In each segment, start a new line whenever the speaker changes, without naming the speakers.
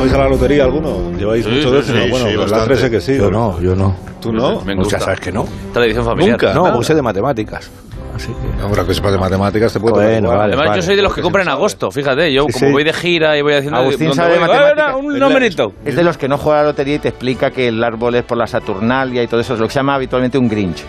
vais a la lotería alguno? ¿Lleváis
Sí,
mucho
sí,
décimo?
sí,
bueno,
sí,
pues la
bastante.
13 que sí.
Yo
¿no?
no, yo no.
¿Tú no?
Me
Pues ya
gusta.
sabes que no.
Tradición familiar.
Nunca.
No,
nada.
porque sé de matemáticas. Así que...
Ahora que sepas de matemáticas te puedo
Bueno,
tocar.
vale.
Además, yo soy de los que compran en agosto, fíjate. Yo,
Sí,
como
sí.
voy de gira y voy haciendo.
Agustín
¿dónde
sabe
voy?
matemáticas.
Ah, Un numerito.
Es de los que no juega a la lotería y te explica que el árbol es por la Saturnalia y todo eso, es lo que se llama habitualmente un Grinch.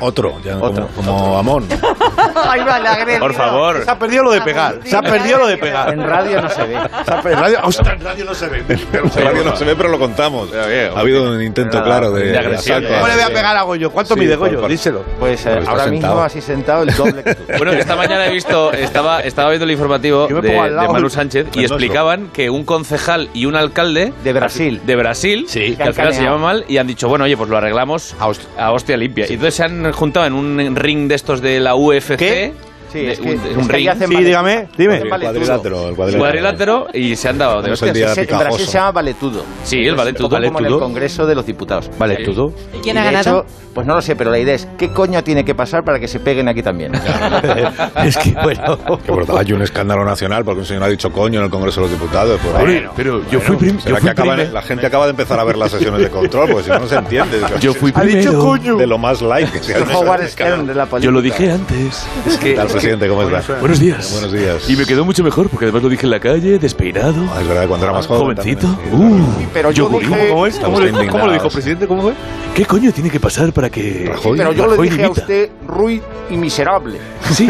Otro, ya,
Otro.
como, como Amón.
Ay, va, la agresión.
Por favor.
Se ha perdido lo de pegar. Se ha perdido lo de pegar.
En radio no se ve.
En radio, ostras, en radio no se ve.
En radio no se ve, pero lo contamos. Ha habido un intento claro de,
de agresión,
asalto
eh.
a-
¿Cómo le voy a pegar a Goyo? ¿Cuánto
Sí,
mide
por
Goyo?
favor.
Díselo.
Pues eh,
Pero está
ahora mismo
sentado.
así sentado el doble que tú.
Bueno, que esta mañana he visto, estaba, estaba viendo el informativo
Yo me
de,
pongo al lado.
de Manu Sánchez y
Mendoza.
explicaban que un concejal y un alcalde
De Brasil.
de Brasil, que
Que han
al final se
caneado.
llama mal, y han dicho, bueno, oye, pues lo arreglamos
A host-
a hostia limpia. Y entonces se han juntado en un ring de estos de la UFC.
¿Qué?
Sí,
de-
es que,
un,
es
un
que ahí
ring.
hacen
Sí,
vale-
dígame, dime.
hacen
El
vale tudo.
cuadrilátero, el cuadrilátero.
Cuadrilátero y se han dado de
Vamos al
hostias.
día
Sí, en
picajoso.
Brasil se llama valetudo.
Sí, el
Es un
valetudo,
poco como en el
valetudo.
Congreso de los Diputados. Valetudo.
¿Y quién ha
de
ganado?
hecho, pues no lo sé, pero la idea es ¿qué coño tiene que pasar para que se peguen aquí también?
es que, bueno...
Que por tanto, hay un escándalo nacional porque un señor ha dicho coño en el Congreso de los Diputados. Pues, bueno,
Pero yo fui prim- yo
será
fui
que acaban-
primero.
la gente acaba de empezar a ver las sesiones de control,
pues
porque si no, no se entiende.
Yo fui
Ha dicho
primero.
coño.
De lo más light que se ha
el
hecho.
Howard Stern de la política.
Yo lo dije antes.
¿Qué tal, presidente? ¿Cómo está?
Buenos días.
Buenos días.
Y me quedó mucho mejor porque además lo dije en la calle, despeinado,
Ah, Es verdad, cuando era más joven.
jovencito.
también, sí.
Uh,
Pero yo
yogurín.
dije-
¿Cómo es? ¿Cómo,
Estamos
le- cómo lo dijo,
indignados.
presidente? ¿Cómo fue?
¿Qué coño tiene que pasar para que
Rajoy.
Pero yo le
Rajoy
dije a
dimita?
usted ruin y miserable.
Sí.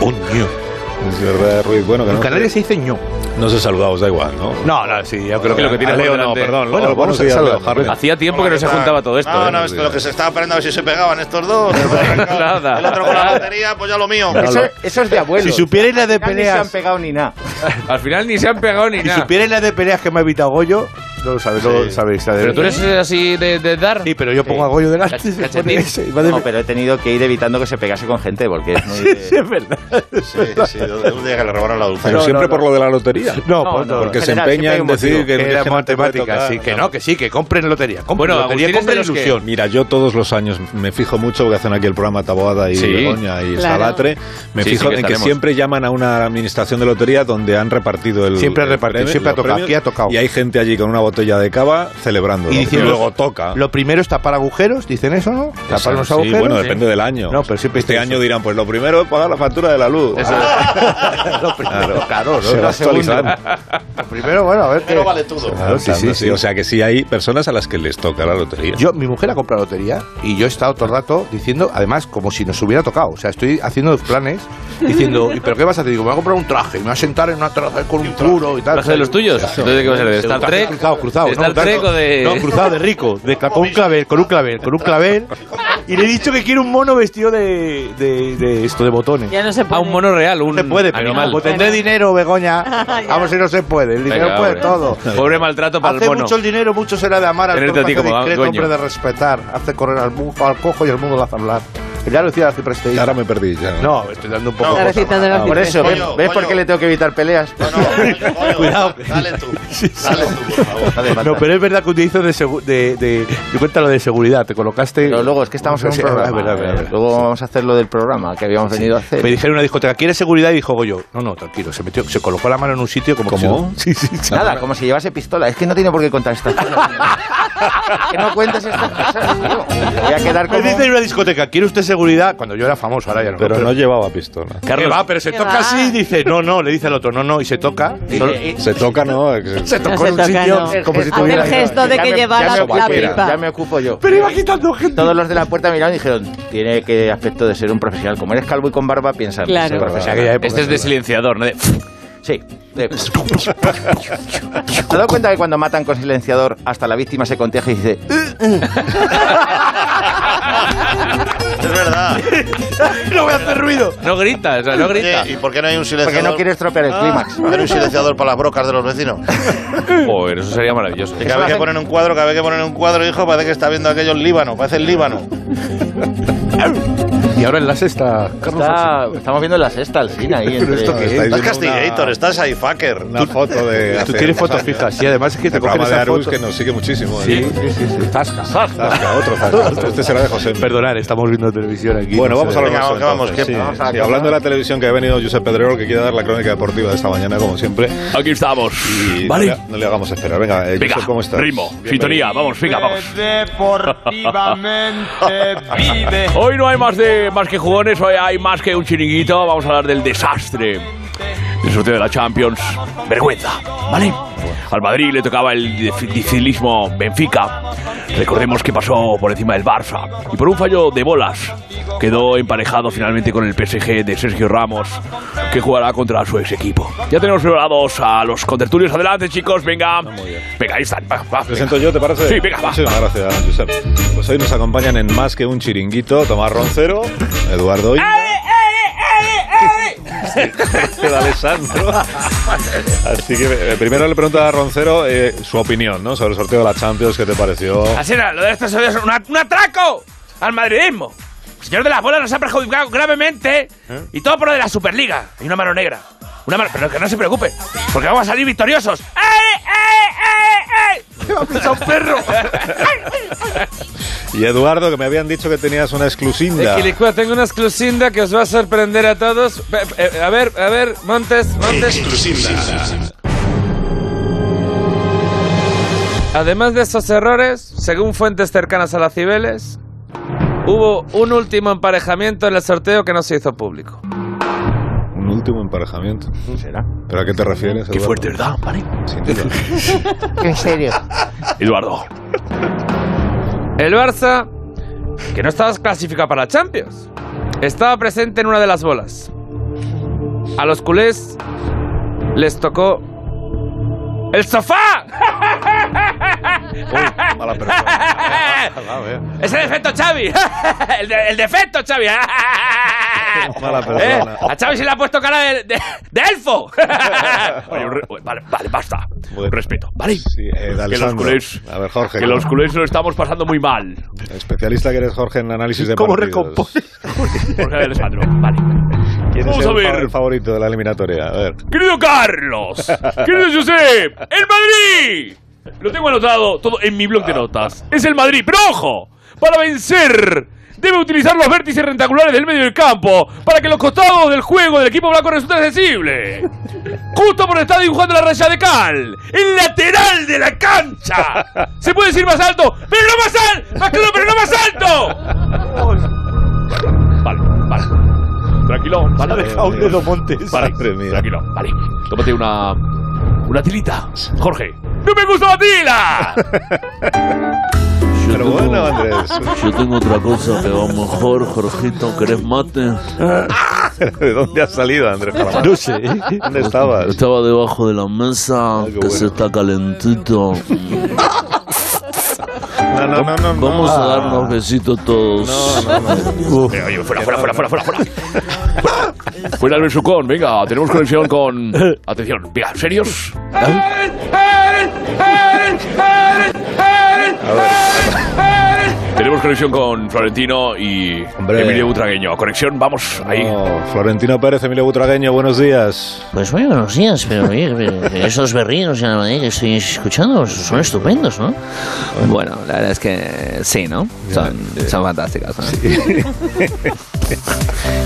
Coño. Es verdad, Ruiz. Bueno, que
En
no,
Canarias se dice ño.
no se saludamos, da igual, ¿no?
No, no, sí, yo
creo que lo que tiene
a Leo
por
no,
delante-
perdón.
Bueno,
Leo,
buenos
vamos a
días,
saludar.
Leo Harley.
Hacía tiempo que no se juntaba todo esto.
No,
¿eh?
no, esto es lo que se estaba parando a ver si se pegaban estos dos.
Nada.
El otro con la batería, pues ya lo mío.
Eso, eso es de abuelo.
Si supierais la
ni
de
se han
peleas,
pegado ni nada.
Al final ni se han pegado ni
si
nada.
supierais la de peleas que me ha evitado Goyo, no lo sabéis, no lo sabéis. la de-
Pero tú eres así de, de dar.
Sí, pero yo pongo a Goyo delante.
Cach-
se pone
cachetín.
ese y va de-
No, pero he tenido que ir evitando que se pegase con gente porque es muy...
Sí, es verdad.
Sí, sí, un día que le robaron la dulce.
Pero siempre por lo de la lotería.
No,
No,
pues
no,
no.
Porque se
general, siempre
empeña
hay
en
un
decir
motivo.
que,
Era
que no te puede
matemática,
tocar,
sí, que no, que sí, que compren lotería. Compren
Bueno,
lotería,
Agustín es de
compren
los que-
ilusión.
Mira, yo todos los años me fijo mucho, porque hacen aquí el programa Taboada y
Sí.
Begoña y
Claro.
Salatre. Me
Sí,
fijo
sí, que
en que
estaremos.
siempre llaman a una administración de lotería donde han repartido el.
Siempre
el
reparten,
premio-
siempre ha
los
tocado,
premios,
aquí ha tocado.
Y hay gente allí con una botella de cava celebrando.
Y diciendo-
luego toca.
Lo primero es tapar agujeros, dicen eso, ¿no? Tapar los
Sí,
agujeros.
bueno, depende del año.
No, pero siempre
este
dicen
año
eso.
dirán, pues lo primero es pagar la factura de la luz. Ah,
Lo primero, claro, ¿no?
Se va
Lo segundo.
actualizando.
Lo primero, bueno, a ver qué.
Pero vale todo.
Claro, sí, sí, sí.
O sea que sí hay personas a las que les toca la lotería.
Yo, mi mujer ha comprado lotería y yo he estado todo el rato diciendo, además, como si nos hubiera tocado. O sea, estoy haciendo los planes diciendo, ¿y pero qué vas a hacer? Digo, me voy a comprar un traje, me voy a sentar en una traje con un puro y tal.
¿Traje de los tuyos? Entonces, ¿qué va a ser? ¿De
Un
Star
traje
Trek?
Cruzado, cruzado.
¿De
¿no?
Star
Un traje-
Trek o de-
No, cruzado de rico, de, con un clavel, con un clavel, con un clavel. Y le he dicho que quiero un mono vestido de, de, de esto, de botones.
Ya no se puede.
A un mono real, un
No se puede, pero
animal.
como tendré dinero, Begoña.
Ya.
Vamos, si no se puede. El dinero
Venga,
puede
hombre.
todo.
Pobre maltrato para
Hace
el mono.
mucho el dinero, mucho será de amar al
Tenerte
torpe,
a ti como
discreto,
dueño.
hombre de respetar. Hace correr al, bu- al cojo y al mundo lo hace hablar. Ya lo decía la Cipres Teiza.
Ahora me perdí. ya.
No, estoy dando un poco. Ah,
No.
La receta de la
Por eso, ¿ves,
Coño,
ves
coño.
por qué le tengo que evitar peleas?
No, no, coño,
Cuidado.
Dale tú. Dale tú, por favor.
No hace falta.
No, pero es verdad que un día hizo de, segu- de, de, de cuenta lo de seguridad. Te colocaste.
Pero luego es que estamos en un
Sí,
programa.
es verdad, es verdad, es verdad.
Luego vamos a hacer lo del programa que habíamos venido a hacer.
Me dijeron en una discoteca, ¿quieres seguridad? Y dijo Goyo, no, no, tranquilo. Se metió, se colocó la mano en un sitio como que
¿Cómo?
se- Sí, sí, sí.
Nada, como si llevase pistola. Es que no tiene por qué contar estas cosas. que no cuentes estas cosas, tío. Voy a quedar
Me
como...
dicen en una discoteca, ¿quiere usted seguridad? Cuando yo era famoso, ahora ya no.
Pero no llevaba pistola.
Que
Carlos,
va, pero se
Que
toca
va.
así y dice, no, no, le dice al otro, no, no, y se toca. Solo-
Se toca, ¿no? eh,
se
No
tocó
se
en un
toca,
sitio
no.
como si
Hace
tuviera.
el gesto de
Ya
que
me-
lleva
ya
la,
me
la
ocupo, Ya
pipa.
me ocupo yo.
Pero iba quitando gente.
Todos los de la puerta miraron y dijeron, tiene que aspecto de ser un profesional. Como eres calvo y con barba, piensa en
Claro.
ser
Es verdad.
profesional.
aquella época,
este es de silenciador, ¿no? De-
Sí. De- ¿Te has dado cuenta que cuando matan con silenciador hasta la víctima se contagia y dice... "Uh,
Es verdad.
No voy a hacer ruido.
No grita, o sea, no grita.
Sí, ¿Y por qué no hay un
Porque
silenciador?
no quieres tropear el clímax.
Hacer un silenciador para las brocas de los vecinos.
Joder, eso sería maravilloso.
Y cada vez que ponen un cuadro, cada vez que ponen un cuadro, hijo, parece que está viendo aquello en Líbano. Parece el Líbano.
Y ahora en la sexta, Carlos.
Está- estamos viendo la sexta al fin ahí. entre-
esto qué es?
Estás
viendo
Castigator,
una-
estás ahí, fucker.
Una foto de.
Tú
hace
tienes
unos
fotos
años.
fijas. Y además es que
El
te cogen
programa de
esas
Arús
fotos.
que nos sigue muchísimo.
Sí,
¿eh?
sí, sí, sí. Tasca.
Zasca, otro zasca. Este será de José.
Perdonad, estamos viendo televisión aquí.
Bueno,
no
vamos
sé.
a lo
Venga,
nuestro,
que vamos,
entonces,
que-
sí.
vamos
Sí, hablando de la televisión que ha venido Josep Pedrerol, que quiere dar la crónica deportiva de esta mañana, como siempre.
Aquí estamos.
Y
vale.
no, le, no le hagamos esperar. Venga, eh,
Venga,
Josep, ¿cómo estás?
ritmo,
Bienvenido.
sintonía, vamos, venga, vamos.
Deportivamente vive.
Hoy no hay más de más que jugones, hoy hay más que un chiringuito, vamos a hablar del desastre. El sorteo de la Champions, vergüenza, ¿vale? Al Madrid le tocaba el dif- dificilismo Benfica. Recordemos que pasó por encima del Barça y por un fallo de bolas quedó emparejado finalmente con el PSG de Sergio Ramos, que jugará contra su ex equipo. Ya tenemos preparados a los contertulios. Adelante, chicos, venga. Venga, ahí están. Va, va, venga.
¿Presento yo, te parece?
Sí, venga, va.
Muchísimas gracias, Josep. Pues hoy nos acompañan en Más que un chiringuito Tomás Roncero, Eduardo Inda, Ángel Alessandro. Así que eh, primero le pregunto a Roncero eh, su opinión ¿no? sobre el sorteo de la Champions, ¿qué te pareció?
Así era, lo de estos odios, un at- un atraco al madridismo. El señor de las bolas nos ha perjudicado gravemente y todo por lo de la Superliga. Hay una mano negra. Una mano, pero que no se preocupe, porque vamos a salir victoriosos. ¡Ey, ey, ey, ey! ¡Que me ha pisado un perro!
Y Eduardo, que me habían dicho que tenías una exclusinda.
Quilicua, tengo una exclusinda que os va a sorprender a todos. Pe- eh, A ver, a ver, Montes, Montes. Además de estos errores, según fuentes cercanas a la Cibeles, hubo un último emparejamiento en el sorteo que no se hizo público.
Un último emparejamiento.
¿Será?
¿Pero a qué te refieres?
Qué
Eduardo?
fuerte, ¿verdad? Vale.
Sin duda.
En serio.
Eduardo.
El Barça, que no estaba clasificado para la Champions, estaba presente en una de las bolas. A los culés les tocó el sofá.
Mala persona.
Es el defecto Xavi. El, de- el defecto Xavi.
Mala
¿Eh?
persona.
A Xavi se le ha puesto cara de, de- de elfo.
Oye, un re- oye, vale, vale, basta.
Bueno.
Respeto, ¿vale?
Sí, eh,
que
D'Alessandro.
los culés,
A ver, Jorge.
que los culés lo estamos pasando muy mal.
Especialista que eres, Jorge, en análisis de
¿Cómo
partidos.
recompone?
Jorge Alessandro, vale.
¿Quién
Vamos
es el,
a ver.
fa- el favorito de la eliminatoria? A ver.
Querido Carlos, querido Josep, el Madrid. Lo tengo anotado todo en mi blog de notas. Es el Madrid, pero ojo, para vencer debe utilizar los vértices rectangulares del medio del campo para que los costados del juego del equipo blanco resulten accesibles. Justo por estar dibujando la raya de cal, el lateral de la cancha. Se puede decir más alto, pero no más alto, más claro, pero no más alto. Vale, vale. Tranquilo, vale.
Deja un dedo Montes.
Vale,
Madre mía.
tranquilo, vale. Tómate una. Una tilita, Jorge. ¡No me gusta la tila!
Pero bueno, Andrés.
Yo tengo otra cosa que a lo mejor, Jorgito, ¿querés mate?
¿De dónde has salido, Andrés? Calamar?
No sé.
¿Dónde estabas? Ah,
Estaba debajo de la mesa,
qué
que
bueno.
se está calentito.
No, no, no, no. no.
Vamos a
Ah.
darnos besitos todos.
Eh, oye, fuera, fuera, fuera, fuera, fuera, fuera. Fuera. Fuera el besucón, venga, tenemos conexión con. Atención, venga, ¿serios? Tenemos conexión con Florentino y
Hombre.
Emilio Butragueño. Conexión, vamos, ahí.
No, Oh, Florentino Pérez, Emilio Butragueño, buenos días.
Pues muy buenos días, pero oye, pero esos berridos en la manera que estoy ¿eh? escuchando son estupendos, ¿no?
Bueno, la verdad es que sí, ¿no? Son, son fantásticas. ¿no?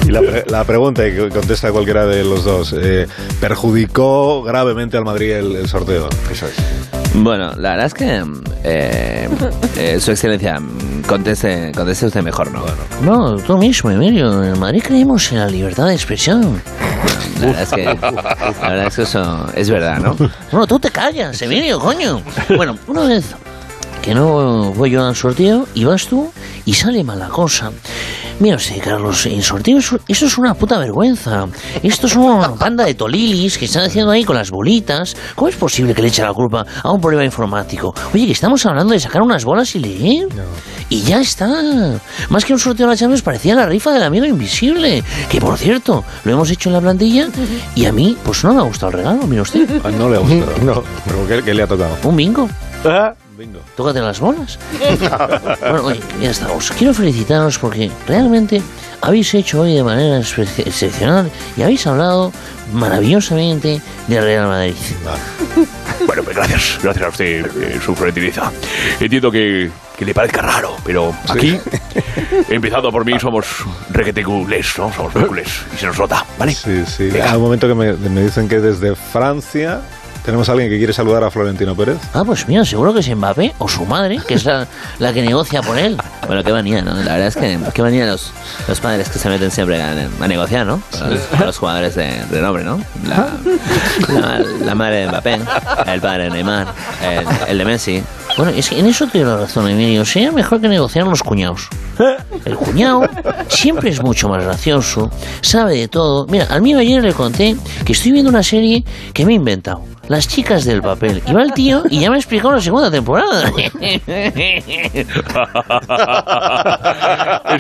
Y la, pre- la pregunta que contesta cualquiera de los dos. eh, ¿Perjudicó gravemente al Madrid el, el sorteo? Eso es.
Bueno, la verdad es que eh, eh, su excelencia mm, conteste, conteste usted mejor, ¿no?
No, tú mismo, Emilio. En Madrid creemos en la libertad de expresión.
La verdad es que, la verdad es, que eso es verdad, Ah, ¿no?
Bueno, tú te callas, Emilio, coño. Bueno, una vez que no voy yo al sorteo y vas tú y sale mala cosa. Mira usted, Carlos, el sorteo es, esto es una puta vergüenza. Esto es una banda de tolilis que están haciendo ahí con las bolitas. ¿Cómo es posible que le echen la culpa a un problema informático? Oye, que estamos hablando de sacar unas bolas y leer. Y ya está. Más que un sorteo de la Champions parecía la rifa del amigo invisible. Que por cierto, lo hemos hecho en la plantilla y a mí, pues no me ha gustado el regalo, mira usted.
Ah, no le ha gustado. No. ¿Pero qué, qué le ha tocado? Ah.
Un bingo.
Bingo.
Tócate las bolas. bueno, oye, ya estamos. Quiero felicitaros porque realmente habéis hecho hoy de manera espe- excepcional y habéis hablado maravillosamente de Real Madrid.
Ah. Bueno, pues gracias, gracias a usted, eh, su gentileza. Entiendo que, que le parezca raro, pero aquí, empezando por mí, somos requetecules, ¿no? Somos muy culés y se nos nota, ¿vale?
Sí, sí. Hay un momento que me, me dicen que desde Francia tenemos a alguien que quiere saludar a Florentino Pérez.
Ah, pues mira, seguro que es Mbappé o su madre, que es la, la que negocia por él. Bueno, qué manía, ¿no? La verdad es que qué manía los, los padres que se meten siempre a, a negociar, ¿no? Con los, con los jugadores de, de nombre, ¿no? La, la- la madre de Mbappé, el padre de Neymar, el, el de Messi. Bueno, es que en eso te doy la razón, Emilio. Sería mejor que negociaran los cuñados. El cuñado siempre es mucho más gracioso, sabe de todo. Mira, al mío ayer le conté que estoy viendo una serie que me he inventado. Las chicas del papel. Y va el tío y ya me ha explicado la segunda temporada.
es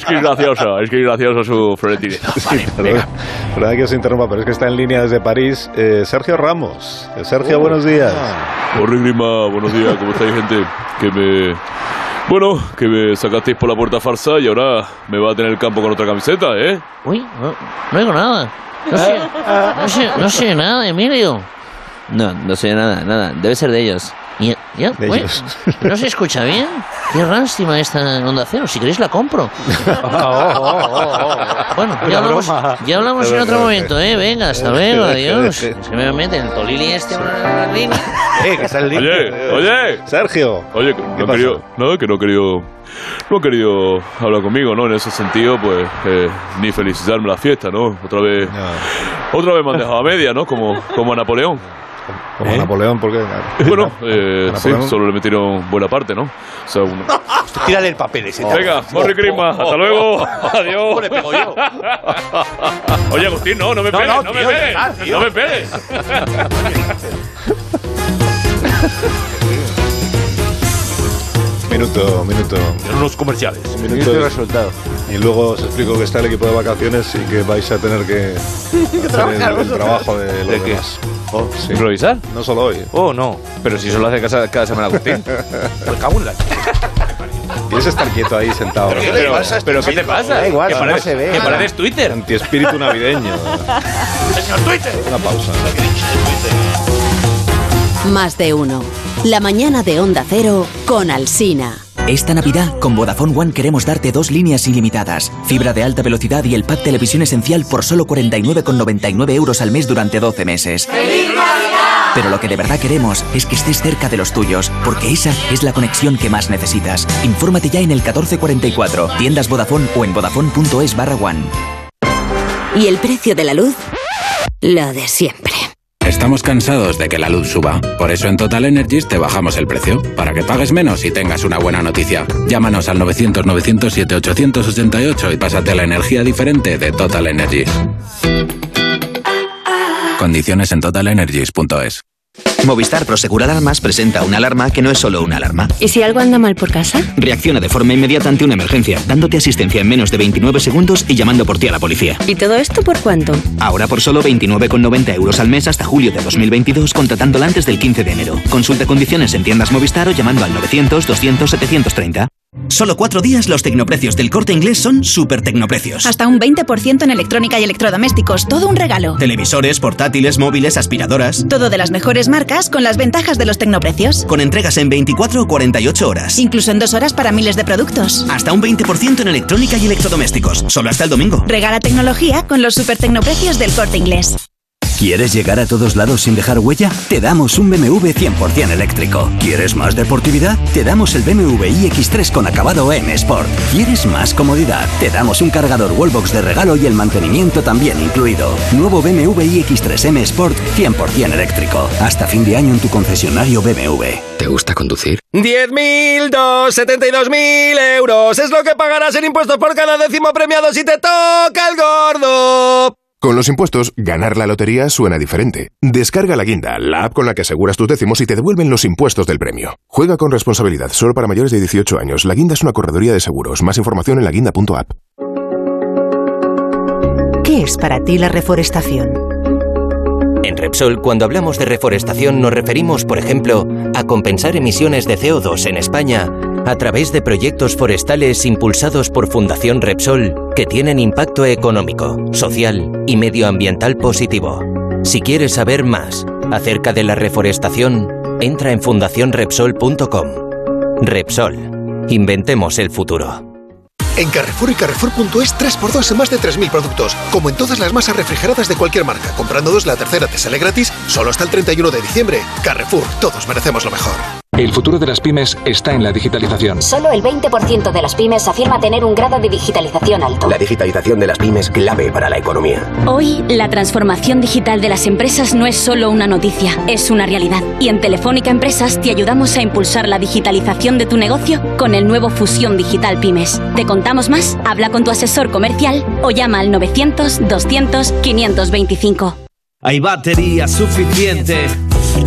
que es gracioso, es que es gracioso su florentineza. Vale, venga.
Perdón que os interrumpa, pero es que está en línea desde París eh, Sergio Ramos. Eh, Sergio, buenos días.
Corre Grima, buenos días, ¿cómo estáis, gente? Que me. Bueno, que me sacasteis por la puerta farsa y ahora me va a tener el campo con otra camiseta, ¿eh?
Uy, no, no digo nada. No sé, no sé, no sé nada, Emilio. No, no sé nada, nada. Debe ser de ellos. Ya, ya,
De
bueno,
ellos.
¿No se escucha bien? Qué lástima esta onda cero. Si queréis la compro. Bueno,
Una
ya hablamos,
broma.
ya hablamos en otro
Perdón,
momento, ¿eh? Venga, hasta luego, adiós.
Sí.
Se me mete el tolili este por la línea.
Eh,
Oye, oye.
Sergio.
Oye, que no han querido. No, que no han querido. No han querido hablar conmigo, ¿no? En ese sentido, pues, eh, ni felicitarme la fiesta, ¿no? Otra vez. Otra vez me han dejado a media, ¿no? Como, como a Napoleón.
Como Napoleón, porque...
Bueno, eh, sí,
Napoleón.
solo le metieron buena parte, ¿no? O sea, un-
Tírale el papel ese.
Venga, Morri Crisma, hasta luego. Adiós.
Oye, Agustín, no, no me
No,
pegues,
no,
no,
tío,
me pegues.
ya está, tío.
No me pegues.
Minuto, minuto.
unos comerciales.
Minuto
Minuto
y-
resultado.
Y luego os explico que está el equipo de vacaciones y que vais a tener que hacer el,
trabajar
el
vosotros.
trabajo de los
¿De qué?
demás. Oh, Sí.
¿Improvisar?
No solo hoy.
Oh, no. Pero si eso lo hace cada, cada semana Agustín. Me cago en la-
Quieres estar quieto ahí sentado.
¿Pero qué le pasa a este
¿qué te
chico?
pasa?
Da igual,
Que
no
pareces-
se ve.
que
Nada.
pareces
Twitter.
Antiespíritu navideño.
Señor Twitter.
Una pausa.
Más de uno. La mañana de Onda Cero con Alsina.
Esta Navidad, con Vodafone One queremos darte dos líneas ilimitadas, fibra de alta velocidad y el pack televisión esencial por solo 49,99 euros al mes durante 12 meses. Pero lo que de verdad queremos es que estés cerca de los tuyos, porque esa es la conexión que más necesitas. Infórmate ya en el 1444, tiendas Vodafone o en vodafone.es barra one.
Y el precio de la luz, lo de siempre.
Estamos cansados de que la luz suba, por eso en Total Energies te bajamos el precio, para que pagues menos y tengas una buena noticia. Llámanos al 900-907-888 y pásate a la energía diferente de Total Energies. Condiciones en totalenergies.es.
Movistar Prosegur Alarmas presenta una alarma que no es solo una alarma.
¿Y si algo anda mal por casa?
Reacciona de forma inmediata ante una emergencia, dándote asistencia en menos de 29 segundos y llamando por ti a la policía.
¿Y todo esto por cuánto?
Ahora por solo 29,90 euros al mes hasta julio de 2022, contratándola antes del 15 de enero. Consulta condiciones en tiendas Movistar o llamando al 900-200-730. Solo cuatro días los tecnoprecios del corte inglés son super tecnoprecios.
Hasta un 20% en electrónica y electrodomésticos. Todo un regalo.
Televisores, portátiles, móviles, aspiradoras.
Todo de las mejores marcas con las ventajas de los tecnoprecios.
Con entregas en 24 o 48 horas.
Incluso en dos horas para miles de productos.
Hasta un 20% en electrónica y electrodomésticos. Solo hasta el domingo.
Regala tecnología con los super tecnoprecios del corte inglés.
¿Quieres llegar a todos lados sin dejar huella? Te damos un BMW 100% eléctrico. ¿Quieres más deportividad? Te damos el BMW iX3 con acabado M Sport. ¿Quieres más comodidad? Te damos un cargador Wallbox de regalo y el mantenimiento también incluido. Nuevo BMW iX3 M Sport 100% eléctrico. Hasta fin de año en tu concesionario BMW. ¿Te gusta conducir?
10.000, dos, 72.000 euros. Es lo que pagarás en impuestos por cada décimo premiado si te toca el gordo.
Con los impuestos, ganar la lotería suena diferente. Descarga la Guinda, la app con la que aseguras tus décimos y te devuelven los impuestos del premio. Juega con responsabilidad, solo para mayores de 18 años. La Guinda es una correduría de seguros. Más información en laguinda.app.
¿Qué es para ti la reforestación?
En Repsol, cuando hablamos de reforestación, nos referimos, por ejemplo, a compensar emisiones de CO2 en España
a través de proyectos forestales impulsados por Fundación Repsol que tienen impacto económico, social y medioambiental positivo. Si quieres saber más acerca de la reforestación, entra en fundacionrepsol.com. Repsol. Inventemos el futuro.
En Carrefour y Carrefour.es 3x2 en más de 3.000 productos, como en todas las masas refrigeradas de cualquier marca. Comprando dos, la tercera te sale gratis, solo hasta el 31 de diciembre. Carrefour, todos merecemos lo mejor.
El futuro de las pymes está en la digitalización.
Solo el 20% de las pymes afirma tener un grado de digitalización alto.
La digitalización de las pymes clave para la economía.
Hoy, la transformación digital de las empresas no es solo una noticia, es una realidad. Y en Telefónica Empresas te ayudamos a impulsar la digitalización de tu negocio con el nuevo Fusión Digital Pymes. Te contamos más, habla con tu asesor comercial o llama al 900 200 525.
Hay batería suficiente.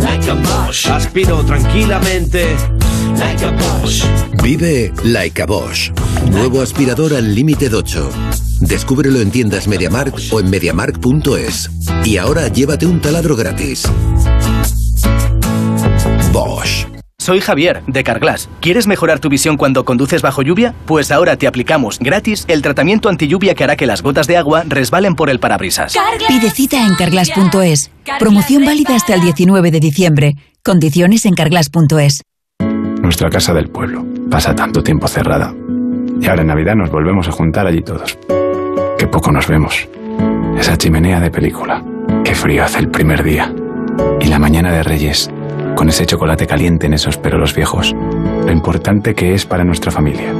Like a Bosch. Aspiro tranquilamente. Like a Bosch.
Vive Like a Bosch. Nuevo aspirador al límite de 8. Descúbrelo en tiendas MediaMark o en MediaMark.es. Y ahora llévate un taladro gratis.
Bosch. Soy Javier, de Carglass. ¿Quieres mejorar tu visión cuando conduces bajo lluvia? Pues ahora te aplicamos gratis el tratamiento antilluvia que hará que las gotas de agua resbalen por el parabrisas.
Pide cita en carglass.es. Promoción válida hasta el 19 de diciembre. Condiciones en carglass.es.
Nuestra casa del pueblo pasa tanto tiempo cerrada. Y ahora en Navidad nos volvemos a juntar allí todos. Qué poco nos vemos. Esa chimenea de película. Qué frío hace el primer día. Y la mañana de Reyes con ese chocolate caliente en esos perolos viejos, lo importante que es para nuestra familia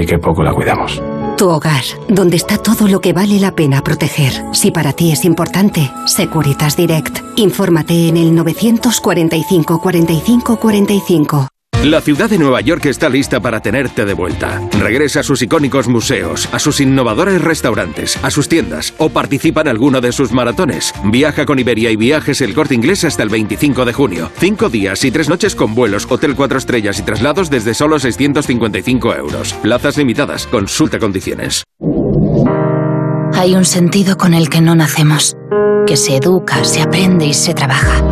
y que poco la cuidamos.
Tu hogar, donde está todo lo que vale la pena proteger. Si para ti es importante, Securitas Direct. Infórmate en el 945 45 45.
La ciudad de Nueva York está lista para tenerte de vuelta. Regresa a sus icónicos museos, a sus innovadores restaurantes, a sus tiendas o participa en alguno de sus maratones. Viaja con Iberia y viajes el corte inglés hasta el 25 de junio. Cinco días y tres noches con vuelos, hotel cuatro estrellas y traslados desde solo 655 euros. Plazas limitadas, consulta condiciones.
Hay un sentido con el que no nacemos, que se educa, se aprende y se trabaja.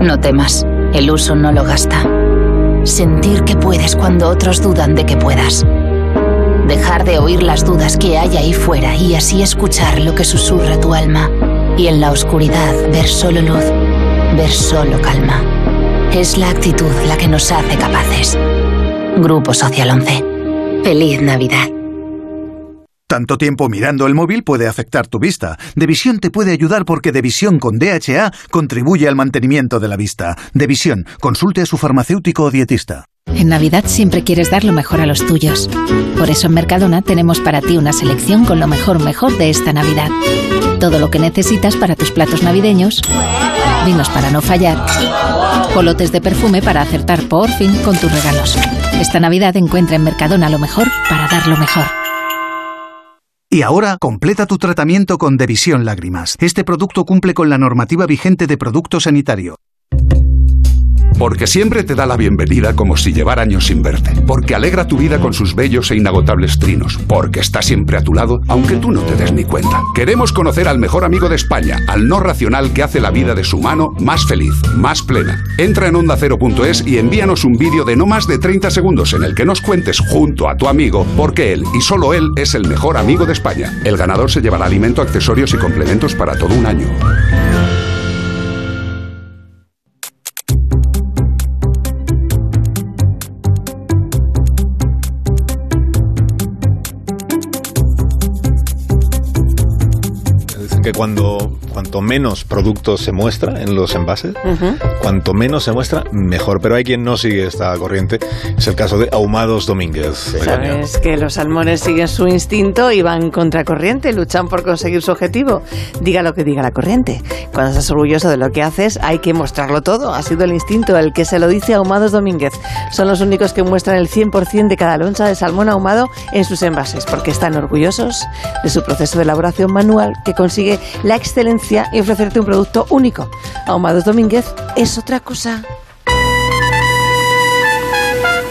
No temas, el uso no lo gasta. Sentir que puedes cuando otros dudan de que puedas. Dejar de oír las dudas que hay ahí fuera y así escuchar lo que susurra tu alma. Y en la oscuridad ver solo luz, ver solo calma. Es la actitud la que nos hace capaces. Grupo Social 11. Feliz Navidad.
Tanto tiempo mirando el móvil puede afectar tu vista. Devisión te puede ayudar porque Devisión con DHA contribuye al mantenimiento de la vista. Devisión, consulte a su farmacéutico o dietista.
En Navidad siempre quieres dar lo mejor a los tuyos. Por eso en Mercadona tenemos para ti una selección con lo mejor mejor de esta Navidad. Todo lo que necesitas para tus platos navideños, vinos para no fallar, colotes de perfume para acertar por fin con tus regalos. Esta Navidad encuentra en Mercadona lo mejor para dar lo mejor.
Y ahora completa tu tratamiento con Devisión Lágrimas. Este producto cumple con la normativa vigente de producto sanitario.
Porque siempre te da la bienvenida como si llevara años sin verte. Porque alegra tu vida con sus bellos e inagotables trinos. Porque está siempre a tu lado, aunque tú no te des ni cuenta. Queremos conocer al mejor amigo de España, al no racional que hace la vida de su mano más feliz, más plena. Entra en ondacero.es y envíanos un vídeo de no más de 30 segundos en el que nos cuentes junto a tu amigo porque él y solo él es el mejor amigo de España. El ganador se llevará alimento, accesorios y complementos para todo un año.
Dicen que cuando cuanto menos producto se muestra en los envases, cuanto menos se muestra, mejor. Pero hay quien no sigue esta corriente. Es el caso de Ahumados Domínguez. Begoña.
Sabes que los salmones siguen su instinto y van contracorriente, luchan por conseguir su objetivo. Diga lo que diga la corriente. Cuando estás orgulloso de lo que haces, hay que mostrarlo todo. Ha sido el instinto el que se lo dice a Ahumados Domínguez. Son los únicos que muestran el 100% de cada loncha de salmón ahumado en sus envases, porque están orgullosos de su proceso de elaboración manual que consigue la excelencia y ofrecerte un producto único. Ahumados Domínguez es otra cosa.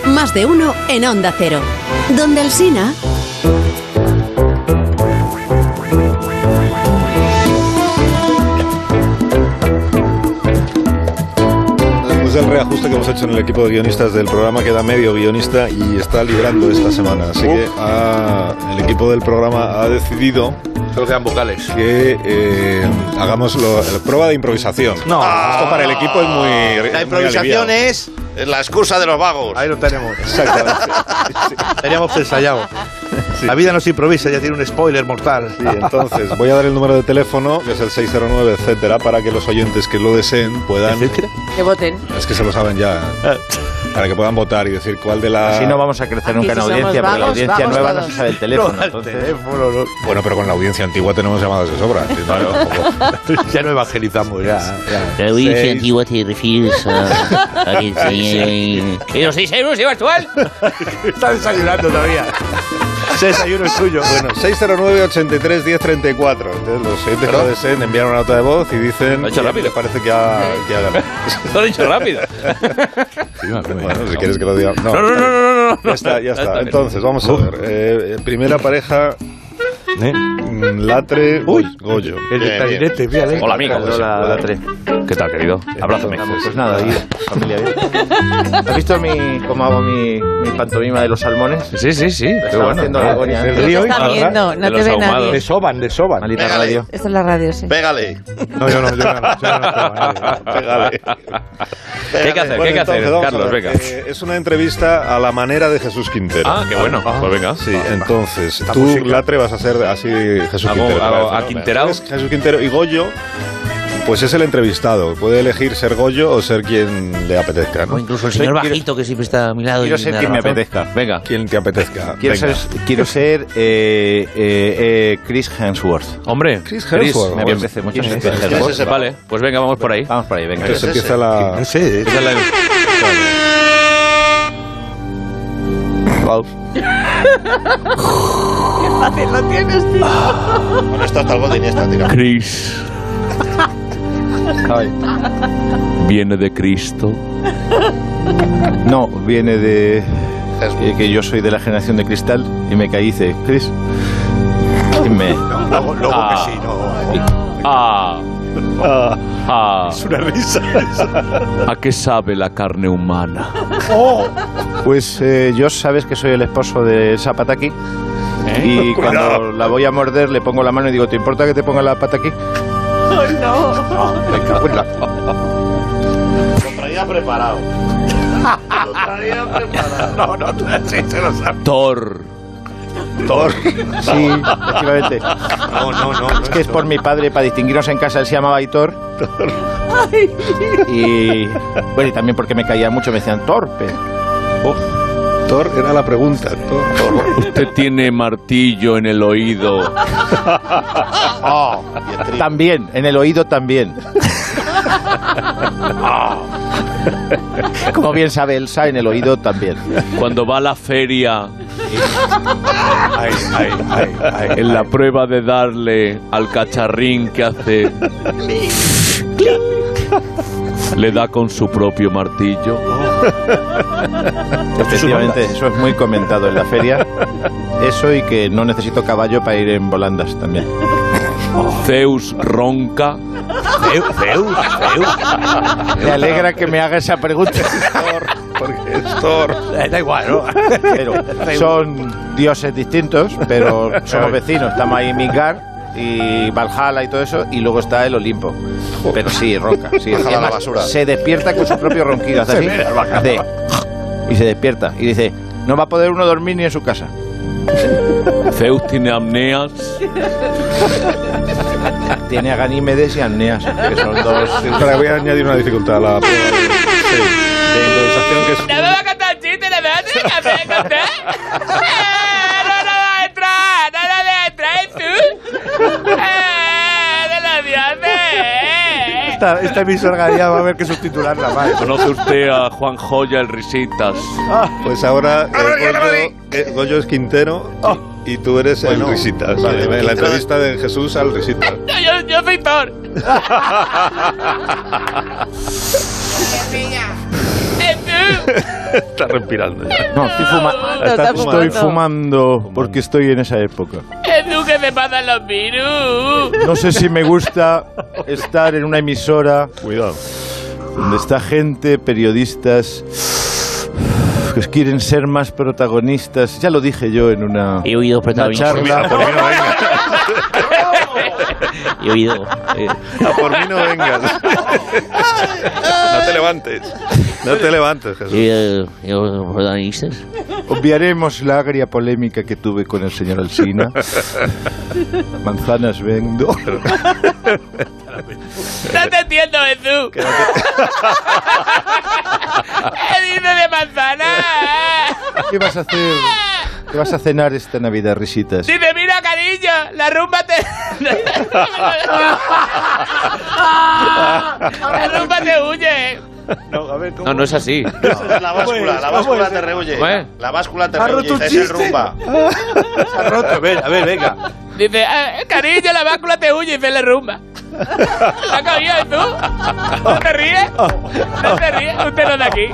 Más de uno en Onda Cero. Donde Alsina.
Después del reajuste que hemos hemos hecho en el equipo de guionistas del programa queda medio guionista y está librando esta semana. Así que ha- el equipo del programa ha decidido
Solo quedan vocales.
que eh, hagamos lo- la prueba de improvisación. No, esto para el equipo es muy.
Ah. La improvisación
es.
es la excusa de los vagos. Ahí lo tenemos. Teníamos ensayado. La vida no se improvisa, ya tiene un spoiler mortal.
Sí, entonces voy a dar el número de teléfono, que es el 609, etcétera, para que los oyentes que lo deseen puedan.
Que voten.
Es que se lo saben ya. Para que puedan votar y decir cuál de las.
Ah. Así no vamos a crecer
Aquí
nunca en
si somos
audiencia, porque la
vagos,
audiencia
vagos
nueva no
todos.
se sabe el teléfono.
No, al
entonces-
Bueno, pero con la audiencia antigua tenemos llamadas de sobra. entiendo, ¿no?
ya no evangelizamos. Ya,
La audiencia
Seis.
antigua te refieres a, a que enseñe- ¿Y los 6 euros llevas tú al?
Está desayunando todavía.
Ese desayuno es suyo. Bueno, 609-83-1034. Entonces, los oyentes que lo deseen enviaron una nota de voz y dicen.
Lo he hecho
que
rápido.
les parece que ha, que ha ganado.
Lo he dicho rápido.
Bueno, si quieres que lo diga. No,
No, no, no, no, no, no.
Ya está, ya
Ya está
está.
bien.
Entonces, vamos a ver. Eh, eh, primera pareja. mm, Latre Goy- Goyo.
El de clarinete, mírale. Hola, amigo. Hola, Latre.
¿Qué tal, querido?
Abrázame.
Pues nada, ahí, familia. bien. ¿Has visto mi, cómo hago mi, mi pantomima de los salmones? Sí, sí, sí.
Qué
Estaba
bueno. ¿eh?
haciendo la agonia.
El río
¿eh? Está
Ah,
viendo,
¿verdad?
no te ve nadie.
De soban, de soban.
Maldita radio.
Esta es la radio, sí.
Pégale.
No, yo no, yo no. Pégale.
¿Qué hay que hacer? ¿Qué hay que hacer,
entonces, vamos a
Carlos?
ver.
Venga.
Eh, es una entrevista a la manera de Jesús Quintero.
Ah, qué bueno. Pues venga.
Sí, entonces,
Esta
tú,
música.
Latre, vas a ser así Jesús
Hago-
Quintero.
hago
parece,
a
¿no?
Quinterao.
Eres Jesús Quintero y Goyo, pues es el entrevistado. Puede elegir ser Goyo o ser quien le apetezca, ¿no?
O incluso el señor bajito que siempre está a mi lado.
Quiero
y
ser
da
quien me
razón.
apetezca. Venga.
Quien te apetezca.
Quiero
Venga.
ser, quiero ser eh, eh, eh, Chris Hemsworth. Hombre,
Chris Hemsworth.
me
Bien.
apetece mucho.
¿Quién es
ser
ese?
Hemsworth.
¿Quién es ese?
Vale, pues venga, vamos por ahí. Vamos por ahí, venga.
Entonces empieza la...
No sé.
Empieza la-
Qué fácil lo tienes, tío.
Bueno, esto hasta el gol de Iniesta, tío.
Cris
eh.
viene de Cristo.
No, viene de eh, que yo soy de la generación de cristal y me caí y dice, Chris. y me-
Luego, luego
Ah.
que sí, no. Es una risa.
¿A qué sabe la carne humana?
¡Oh!
Pues eh, yo sabes que soy el esposo de esa pata aquí. Y
Eh, pues Cuidado.
cuando la voy a morder le pongo la mano y digo, ¿te importa que te ponga la pata aquí?
Oh,
Me cago en la-
Lo traía preparado. Lo traía preparado. No, no, tú sí, se lo sabes.
Thor.
Thor.
Sí, efectivamente.
No, no, no.
Es que es por mi padre, para distinguirnos en casa, él se llamaba Hitor. Y bueno, y también porque me caía mucho, me decían torpe.
Thor era la pregunta. Thor.
Usted tiene martillo en el oído.
Oh, también, en el oído también. Ah. Como bien sabe Elsa, en el oído también.
Cuando va a la feria,
Ay, ay, ay, ay.
en la prueba de darle al cacharrín que hace, le da con su propio martillo.
Efectivamente, eso es muy comentado en la feria. Eso y que no necesito caballo para ir en volandas también.
Zeus ronca.
Zeus, Zeus, Me alegra que me haga esa pregunta.
Porque es Thor.
Da igual, ¿no?
Pero son dioses distintos, pero somos vecinos. Estamos ahí en Midgard y Valhalla y todo eso, y luego está el Olimpo. Pero sí, ronca. Sí,
Déjala la
Además,
basura.
Se despierta con su propio ronquido. Hace
Se
así,
mira, vaca.
hace y se despierta y dice, no va a poder uno dormir ni en su casa.
Zeus tiene amneas.
Tiene a Ganímedes y a Amneas, que son dos...
Espera, voy a añadir una dificultad a la prueba de, sí, de improvisación, que es
¿No me va a cantar chiste? ¿No me va a hacer café de cantar? Eh, ¡No lo va a entrar! ¡No lo va a entrar tú! ¡Eh, ¡No lo haces!
Esta, esta emisora ya va a haber que subtitularla, vale.
¿Conoce usted a Juan Joya el Risitas?
Ah,
Pues ahora eh, Goyo, eh, Goyo es Quintero y, y tú eres el Risitas. Vale, la entrevista de Jesús al Risitas.
No, yo, yo soy Thor.
Está respirando ya.
No, estoy, fuma-
No, está
estoy
fumando.
fumando porque estoy en esa época.
Es tú que me pasan los virus.
No sé si me gusta estar en una emisora
Cuidado.
donde está gente, periodistas que quieren ser más protagonistas. Ya lo dije yo en una,
He oído
una
protagonistas.
charla.
He oído. eh,
A por mí no vengas. No te levantes. No te levantes, Jesús.
he oído- he oído protagonistas.
Obviaremos la agria polémica que tuve con el señor Alsina. Manzanas vendo.
No te entiendo, Jesús. ¿Qué dices de manzana?
¿Qué vas a hacer? ¿Qué vas a cenar esta Navidad, risitas?
Dice, mira, cariño, la rumba te... la rumba te huye, ¿eh?
No, no es así.
La báscula, la báscula te rehuye.
¿Cómo es?
La báscula te
Ha roto
rehuye.
un
Es el
chiste.
rumba. Se ha roto. A ver, a ver, venga.
Dice, "Ah, cariño, la báscula te huye y se le rumba. ¿La cabía tú? ¿No te ríes? ¿No te ríes? Usted no de aquí.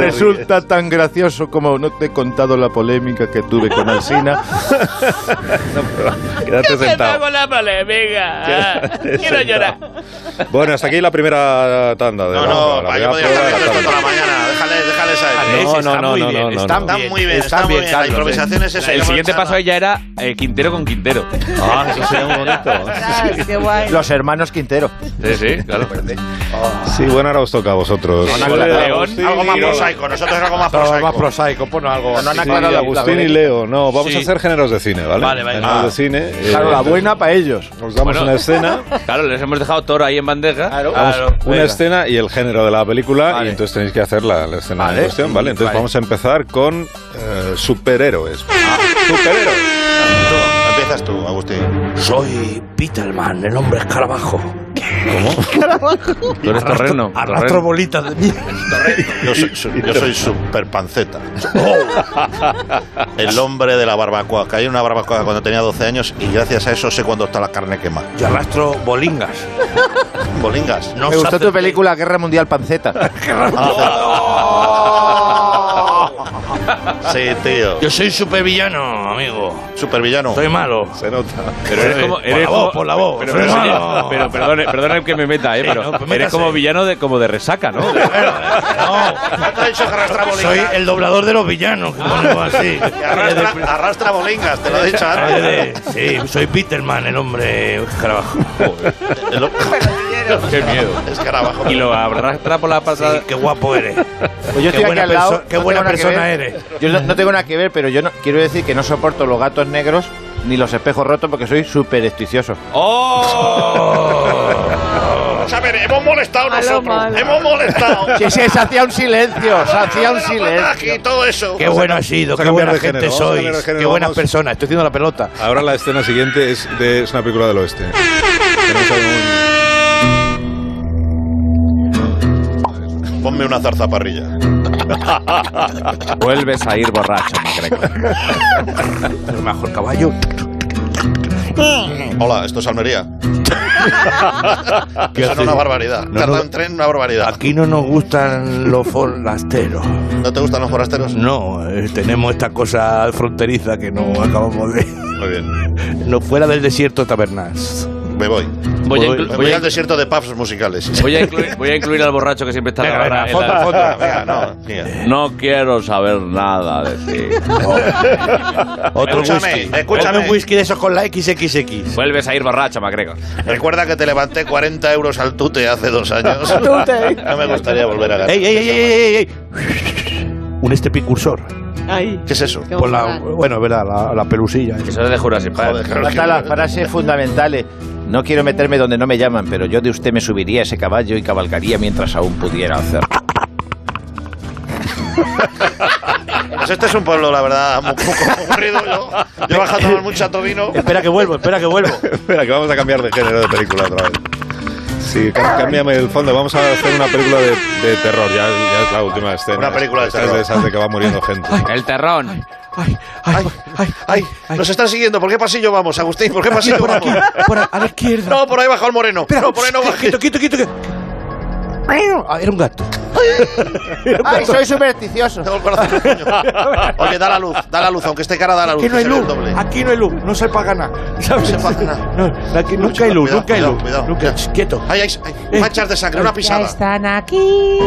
Resulta tan gracioso como no te he contado la polémica que tuve con Alsina.
Quédate
¿Qué pasa
sentado.
con la polémica? Ah,
Quédate
Quiero llorar.
Bueno, hasta aquí la primera tanda de
No,
la-
no,
la
para que
primera
podíamos
prueba
dejar
de
esto
la tarde.
para mañana. Déjales, déjales a ellos.
eh. No, no, no, no, no, no,
Están
no.
muy bien, están muy bien. La
eh.
improvisación es esa.
El
yo
siguiente
manchada.
paso ya era eh, Quintero con Quintero.
Ah, eso sería muy bonito.
Qué guay.
Los hermanos Quintero.
Sí, sí, claro.
Sí, bueno, ahora os toca a vosotros.
Algo algo más prosaico, nosotros algo más prosaico.
más prosaico, ponos algo.
No, no han
Sí,
aclarado la-
Agustín
la-
y Leo, no, vamos
Sí.
a hacer géneros de cine, ¿vale?
Vale, vale.
Géneros
Ah.
de cine. eh,
Claro, la buena para ellos.
Nos damos
Bueno,
una escena.
Claro, les hemos dejado toro ahí en bandeja. Claro,
Vamos, una
venga.
escena y el género de la película, y entonces tenéis que hacer la, la escena
Vale.
en cuestión, ¿vale? Entonces
Vale.
vamos a empezar con eh, superhéroes.
Tú, Empiezas tú, Agustín.
Soy Peterman, el hombre escarabajo.
este
Tú eres torreno.
Arrastro bolitas de mí.
Yo soy, su- yo soy super panceta. El hombre de la barbacoa. Caí en una barbacoa cuando tenía 12 años y gracias a eso sé cuándo está la carne quemada.
Yo arrastro bolingas.
Bolingas. No
Me
os
gustó
hace-
tu película Guerra Mundial Panceta. Ah,
Sí, tío.
Yo soy supervillano, amigo.
Supervillano.
Soy malo.
Se nota.
Pero eres como.
por
Eres
la
como-
voz, por la voz.
Pero,
Soy
pero, señor,
malo.
pero perdone, perdone que me meta, ¿eh?
Sí,
Pero
no, pues
eres
métase.
como villano de, como de resaca, ¿no?
Soy el doblador de los villanos, que ponemos así.
Que Arrastra, arrastra bolingas, te lo he dicho antes.
Sí, soy Peterman, el hombre escarabajo.
El hombre-
Eh, Qué miedo.
Escarabajo.
Y lo arrastra por la pasada.
Qué guapo eres.
Pues yo estoy
Qué
aquí
buena
al lado.
perso- qué
no
buena
tengo nada que
persona
ver.
eres.
Yo no, no tengo nada que ver, pero yo no, quiero decir que no soporto los gatos negros ni los espejos rotos porque soy supersticioso.
Oh.
Oh.
A ver, hemos molestado nosotros. Hemos molestado.
Sí, sí, se hacía un silencio, se hacía un silencio.
Aquí todo eso.
Qué bueno ha sido, qué buena
de género,
gente
vamos a cambiar de
sois.
género,
Qué buena
vamos.
persona. Estoy haciendo la pelota.
Ahora la escena siguiente es de es una película del oeste. Tenemos algún-
Ponme una zarzaparrilla.
Vuelves a ir borracho, Macreco.
Mejor caballo.
Hola, esto es Almería. Que Eso no es una barbaridad.
No,
Tarda
no.
un tren, una barbaridad.
Aquí no nos gustan los forasteros.
¿No te gustan los forasteros?
No, eh, tenemos esta cosa fronteriza que no acabamos de.
Muy bien.
No fuera del desierto tabernas.
Me voy.
Voy a
Me
inclu-
voy
voy a-
al desierto de pubs musicales.
Voy a, incluir, voy a incluir al borracho que siempre está en la barra. en la-
Venga, no. venga.
No quiero saber nada de ti.
Otro
Escúchame,
whisky.
escúchame.
Ponme Un whisky de esos con la XXX.
Vuelves a ir borracho, Macreco.
Recuerda que te levanté 40 euros al tute hace dos años. No me gustaría volver a ganar.
¡Ey, ey, ey, ey, ey, ey! Un estepicursor.
Ay.
¿Qué es eso?
Qué
Por la,
guay.
bueno, es verdad, la, la pelusilla.
Eso es de Jurassic Park.
Joder, claro
Hasta las
que-
frases fundamentales. No quiero meterme donde no me llaman, pero yo de usted me subiría a ese caballo y cabalgaría mientras aún pudiera hacer.
Pues este es un pueblo, la verdad, un poco aburrido. Yo, yo he bajado a tomar mucho vino.
Espera que vuelvo, espera que vuelvo.
Espera, que vamos a cambiar de género de película otra vez. Sí, cá- cámbiame el fondo. Vamos a hacer una película de, de terror. Ya, ya es la última escena.
Una película de
Esta es
terror.
esas de que va muriendo gente.
El terrón.
Ay, ay, nos están siguiendo. ¿Por qué pasillo vamos, Agustín?
Ah,
¿Por qué pasillo
por
vamos?
aquí, por a, a la izquierda.
No, por ahí bajó el moreno.
Espera,
no, por ahí no
shh,
bajé.
Quieto, quieto, quieto. que-
Ah, era un gato.
Ay, soy supersticioso.
Oye, da la luz, da la luz, aunque esté cara, da la luz.
Aquí no hay
que se ve el
luz,
doble.
aquí no hay luz, no se paga nada. ¿sabes?
No se paga nada.
No, aquí nunca hay luz,
Cuidado,
nunca hay
cuidado,
luz.
cuidado.
Nunca, Shh, quieto. Eh.
Ay, ay, ay, manchas de sangre, una pisada.
están aquí.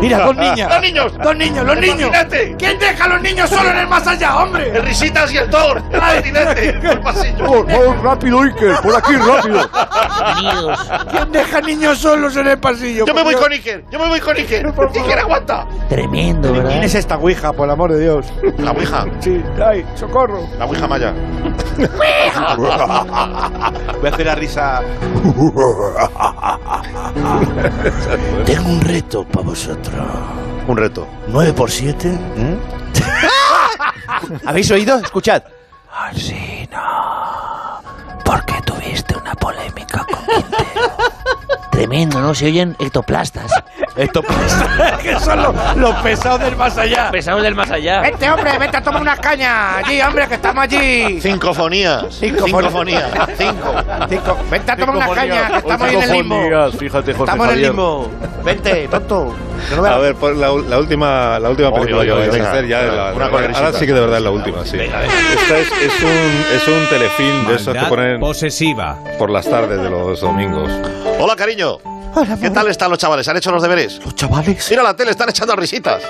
Mira, dos niñas.
Los niños, los niños, los niños. ¿Quién deja a los niños solo en el más allá, hombre? El Risitas y el Thor, el continente, el pasillo.
Por favor, rápido, Iker, por aquí, rápido.
¿Quién deja niños solos en el pasillo?
Yo me voy con Iker, yo me voy con Iker. Iker, aguanta.
Tremendo, ¿verdad?
¿Quién es
esta Ouija, por el amor de Dios?
La ouija.
Sí, ay, socorro.
La ouija maya.
Voy a hacer la risa.
Tengo un reto para vosotros.
Un reto.
9 por ¿eh? 7
¿Habéis oído? Escuchad.
Así no. Porque tuviste una polémica con Quintero. Tremendo, ¿no? Se oyen ectoplastas.
Ectoplastas.
que son los, pesados del más allá.
Pesados del más allá.
Vete, hombre, vete a tomar una caña. Allí, hombre, que estamos allí.
Cincofonía. Cincofonía. Cinco.
Cinco. Vete a tomar una
Cincofonía.
caña, que estamos ahí en el limbo.
Cincofonías, fíjate, Jorge
Estamos en el
Javier.
limbo. Vente, tonto.
A ver, pon la, u- la última, la última
Oye,
película
oye,
que vais
venga,
a hacer ya.
venga,
es la-
una
la-
con
ahora
risitas.
sí que de verdad es la última, sí. Esta es, es un, es un telefilm de esos que ponen
posesiva.
por las tardes de los domingos.
Hola, cariño. ¿Qué tal están los chavales? ¿Han hecho los deberes? ¿Los chavales? Mira la tele, están echando risitas.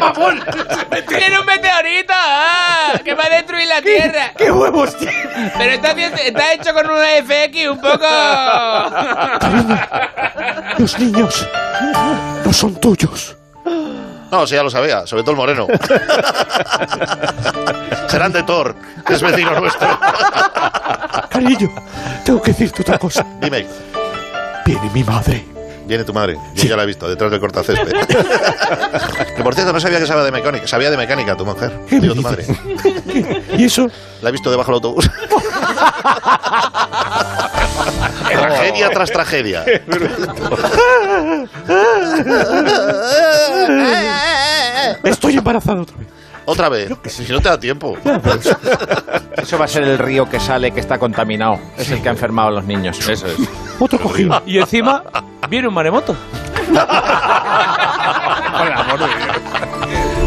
¡Mamón! ¡Tiene un meteorito! ah, ¡Que va a destruir la Tierra!
¡Qué huevos tiene!
Pero está, haci- está hecho con una FX un poco...
Los niños no son tuyos.
No, sí, ya lo sabía, sobre todo el moreno. Serán de Thor, que es vecino nuestro.
Cariño, tengo que decirte otra cosa.
Dime,
Viene mi madre.
viene tu madre. Yo ya la he visto, detrás del cortacésped. que por cierto, no sabía que sabía de mecánica. Sabía de mecánica tu mujer. Digo tu madre.
¿Y eso?
La he visto debajo del autobús. tragedia tras tragedia. Eh, eh.
Estoy embarazado otra vez.
Otra vez. Si no te da tiempo.
Eso va a ser el río que sale, que está contaminado. Es el que ha enfermado a los niños. Eso es. Otro cojín.
Y encima viene un maremoto.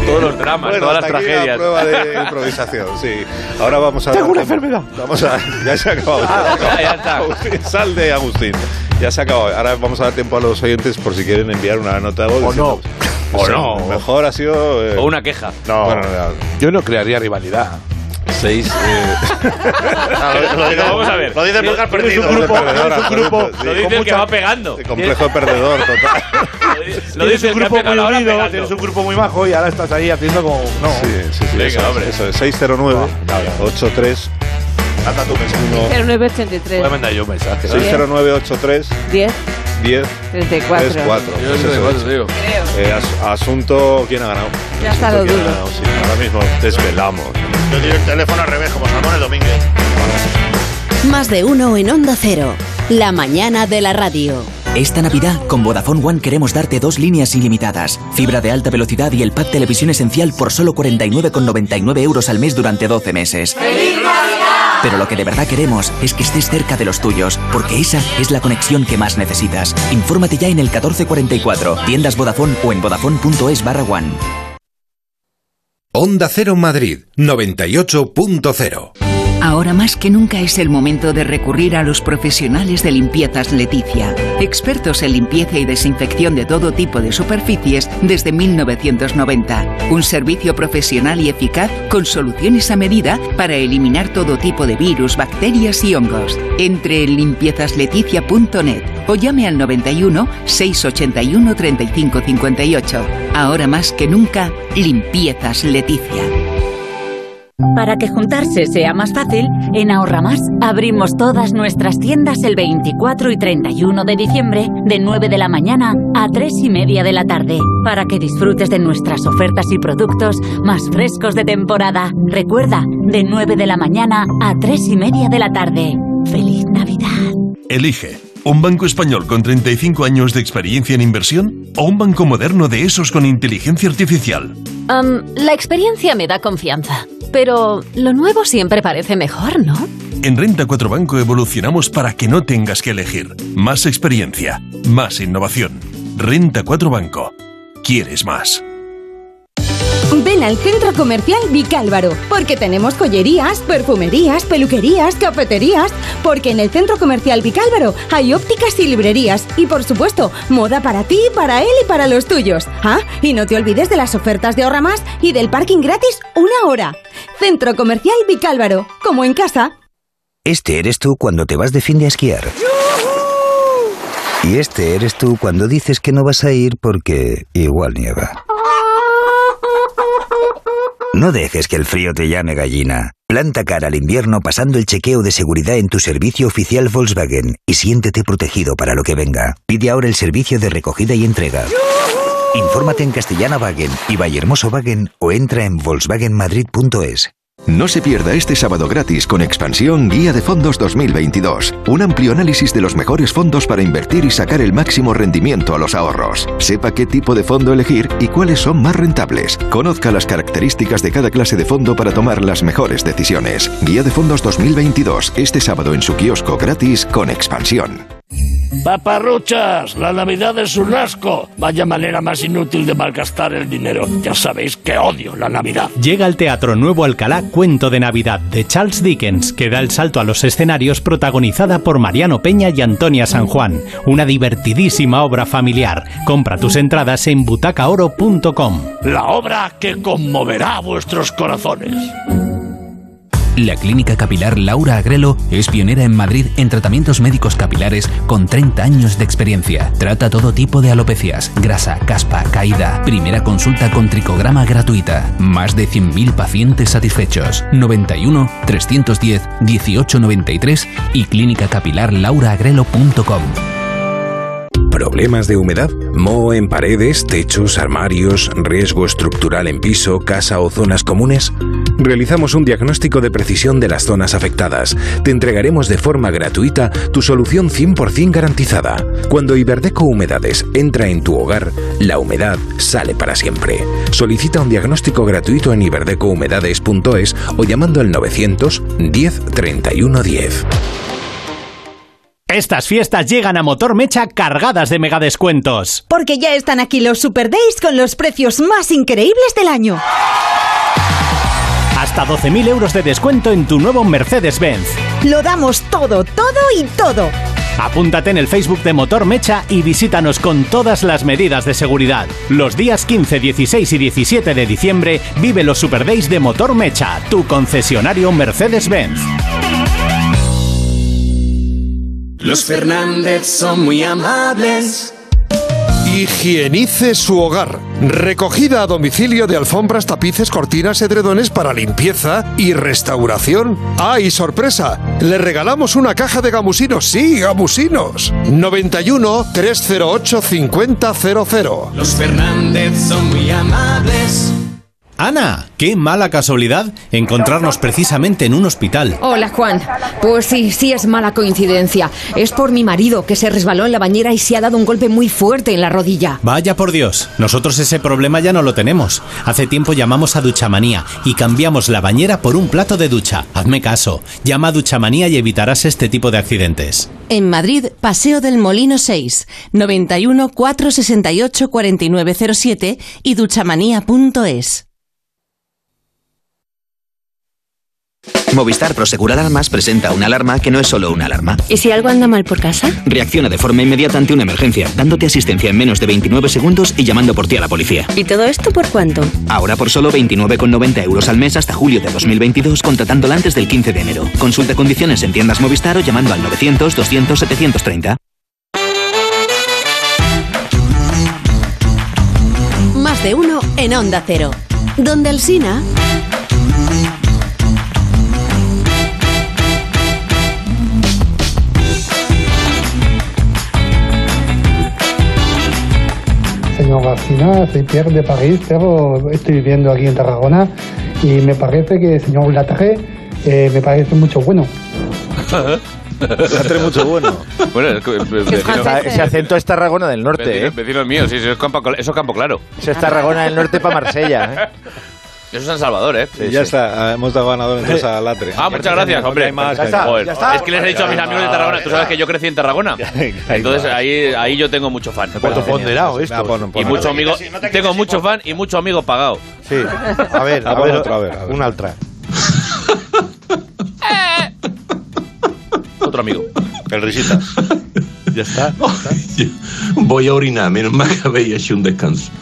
Todos los dramas,
Bueno,
todas las
hasta aquí la
tragedias.
prueba de improvisación, sí. Ahora vamos a.
Tengo una
vamos-
enfermedad.
Vamos a. Ya se ha acabado.
Ah, ya
Agustín, sal de Agustín. Ya se ha acabado. Ahora vamos a dar tiempo a los oyentes por si quieren enviar una nota de voz. O no.
O no.
Mejor ha sido. eh,
O una queja.
No.
Bueno, Yo no crearía rivalidad. eh,
Seis.
lo digo-
Vamos a ver.
lo dice porque has perdido.
un grupo,
Lo
tienes un grupo, Lo dice
dice perdedor, absoluto, sí. Con
el que
mucha-
va pegando.
complejo perdedor, total.
Lo dice el que ha pegado ahora pegando.
tienes un grupo muy bajo y ahora estás ahí haciendo como. No.
Sí, sí, sí.
Venga,
eso, es,
hombre.
Eso es 609 83
Pero 983.
yo un mensaje.
609 83
10,
10
34.
34.
Yo desde cuatro, digo.
Eh, as- asunto, ¿quién ha ganado?
Ya está
Asunto,
lo
¿quién ha
duro.
ganado? Sí, ahora mismo desvelamos.
Yo tiro el teléfono al revés, como Salmones Domínguez.
Más de uno en Onda Cero. La mañana de la radio.
Esta Navidad, con Vodafone One queremos darte dos líneas ilimitadas, fibra de alta velocidad y el pack televisión esencial por solo 49,99 euros al mes durante 12 meses. Pero lo que de verdad queremos es que estés cerca de los tuyos, porque esa es la conexión que más necesitas. Infórmate ya en el 1444, tiendas Vodafone o en vodafone.es barra one.
Onda Cero Madrid 98.0
Ahora más que nunca es el momento de recurrir a los profesionales de limpiezas Leticia, expertos en limpieza y desinfección de todo tipo de superficies desde 1990. Un servicio profesional y eficaz con soluciones a medida para eliminar todo tipo de virus, bacterias y hongos. Entre en limpiezasleticia.net o llame al 91 681 3558. Ahora más que nunca, limpiezas Leticia.
Para que juntarse sea más fácil, en Ahorramás abrimos todas nuestras tiendas el 24 y 31 de diciembre de 9 de la mañana a 3 y media de la tarde. Para que disfrutes de nuestras ofertas y productos más frescos de temporada. Recuerda, de 9 de la mañana a 3 y media de la tarde. ¡Feliz Navidad!
Elige, ¿un banco español con 35 años de experiencia en inversión o un banco moderno de esos con inteligencia artificial?
Am, la experiencia me da confianza, pero lo nuevo siempre parece mejor, ¿no?
En Renta 4 Banco evolucionamos para que no tengas que elegir. Más experiencia, más innovación. Renta 4 Banco. ¿Quieres más?
Ven al centro comercial Vicálvaro, porque tenemos joyerías, perfumerías, peluquerías, cafeterías, porque en el centro comercial Vicálvaro hay ópticas y librerías, y por supuesto, moda para ti, para él y para los tuyos. Ah, y no te olvides de las ofertas de ahorra más y del parking gratis una hora. Centro comercial Vicálvaro, como en casa.
Este eres tú cuando te vas de fin de a esquiar. Y este eres tú cuando dices que no vas a ir porque igual nieva. No dejes que el frío te llame gallina. Planta cara al invierno pasando el chequeo de seguridad en tu servicio oficial Volkswagen y siéntete protegido para lo que venga. Pide ahora el servicio de recogida y entrega. Infórmate en Castellana Wagen y Vallehermoso Wagen o entra en volkswagenmadrid.es.
No se pierda este sábado gratis con Expansión Guía de Fondos 2022. Un amplio análisis de los mejores fondos para invertir y sacar el máximo rendimiento a los ahorros. Sepa qué tipo de fondo elegir y cuáles son más rentables. Conozca las características de cada clase de fondo para tomar las mejores decisiones. Guía de Fondos 2022. Este sábado en su kiosco gratis con Expansión.
Paparruchas, la Navidad es un asco. Vaya manera más inútil de malgastar el dinero. Ya sabéis que odio la Navidad.
Llega al Teatro Nuevo Alcalá Cuento de Navidad de Charles Dickens, que da el salto a los escenarios protagonizada por Mariano Peña y Antonia San Juan. Una divertidísima obra familiar. Compra tus entradas en butacaoro.com.
La obra que conmoverá vuestros corazones.
La Clínica Capilar Laura Agrelo es pionera en Madrid en tratamientos médicos capilares con 30 años de experiencia. Trata todo tipo de alopecias, grasa, caspa, caída. Primera consulta con tricograma gratuita. Más de 100.000 pacientes satisfechos. 91 310 1893 y clínicacapilarlauraagrelo.com.
¿Problemas de humedad? ¿Moho en paredes, techos, armarios, riesgo estructural en piso, casa o zonas comunes? Realizamos un diagnóstico de precisión de las zonas afectadas. Te entregaremos de forma gratuita tu solución 100% garantizada. Cuando Iberdeco Humedades entra en tu hogar, la humedad sale para siempre. Solicita un diagnóstico gratuito en iberdecohumedades.es o llamando al 900 10 31 10.
Estas fiestas llegan a Motor Mecha cargadas de megadescuentos.
Porque ya están aquí los Super Days con los precios más increíbles del año.
Hasta 12.000 euros de descuento en tu nuevo Mercedes-Benz.
Lo damos todo, todo y todo.
Apúntate en el Facebook de Motor Mecha y visítanos con todas las medidas de seguridad. Los días 15, 16 y 17 de diciembre vive los Super Days de Motor Mecha, tu concesionario Mercedes-Benz.
Los Fernández son muy amables.
Higienice su hogar. Recogida a domicilio de alfombras, tapices, cortinas, edredones para limpieza y restauración. ¡Ah, y sorpresa! Le regalamos una caja de gamusinos. Sí, gamusinos. 91 308 5000.
Los Fernández son muy amables.
Ana, qué mala casualidad encontrarnos precisamente en un hospital.
Hola Juan, pues sí, sí es mala coincidencia. Es por mi marido que se resbaló en la bañera y se ha dado un golpe muy fuerte en la rodilla.
Vaya por Dios, nosotros ese problema ya no lo tenemos. Hace tiempo llamamos a Duchamanía y cambiamos la bañera por un plato de ducha. Hazme caso, llama a Duchamanía y evitarás este tipo de accidentes.
En Madrid, Paseo del Molino 6, 91 468 4907 y duchamanía.es.
Movistar Prosegur Alarmas presenta una alarma que no es solo una alarma.
¿Y si algo anda mal por casa?
Reacciona de forma inmediata ante una emergencia, dándote asistencia en menos de 29 segundos y llamando por ti a la policía.
¿Y todo esto por cuánto?
Ahora por solo 29,90 euros al mes hasta julio de 2022, contratándola antes del 15 de enero. Consulta condiciones en tiendas Movistar o llamando al 900 200 730.
Más de uno en Onda Cero. Donde Alsina.
Señor Garcina, soy Pierre de París, pero estoy viviendo aquí en Tarragona y me parece que el señor Latre eh, me parece mucho bueno.
Latre mucho bueno.
Bueno, es
eh,
que- vecino,
Esa- Ese acento es Tarragona del Norte,
vecino,
¿eh?
vecino mío, sí, sí, es campo, eso es campo claro.
Eso es Tarragona del Norte para Marsella, ¿eh?
Eso es San Salvador, ¿eh?
ya está, ah, hemos dado ganador entonces a Latre.
Ah, muchas gracias, hombre.
Hay más,
Ya está,
joder.
ya está. Es que les he dicho a mis amigos de Tarragona, tú sabes que yo crecí en Tarragona. Entonces ahí, ahí yo tengo mucho fan.
Cuánto ponderado esto.
Y mucho amigo, tengo mucho fan y mucho amigo pagado.
Sí. A ver, a ver, otra, a ver. Una otra. Eh.
Otro amigo.
El Risitas.
Ya está.
Voy a orinar, menos mal que habéis hecho un descanso.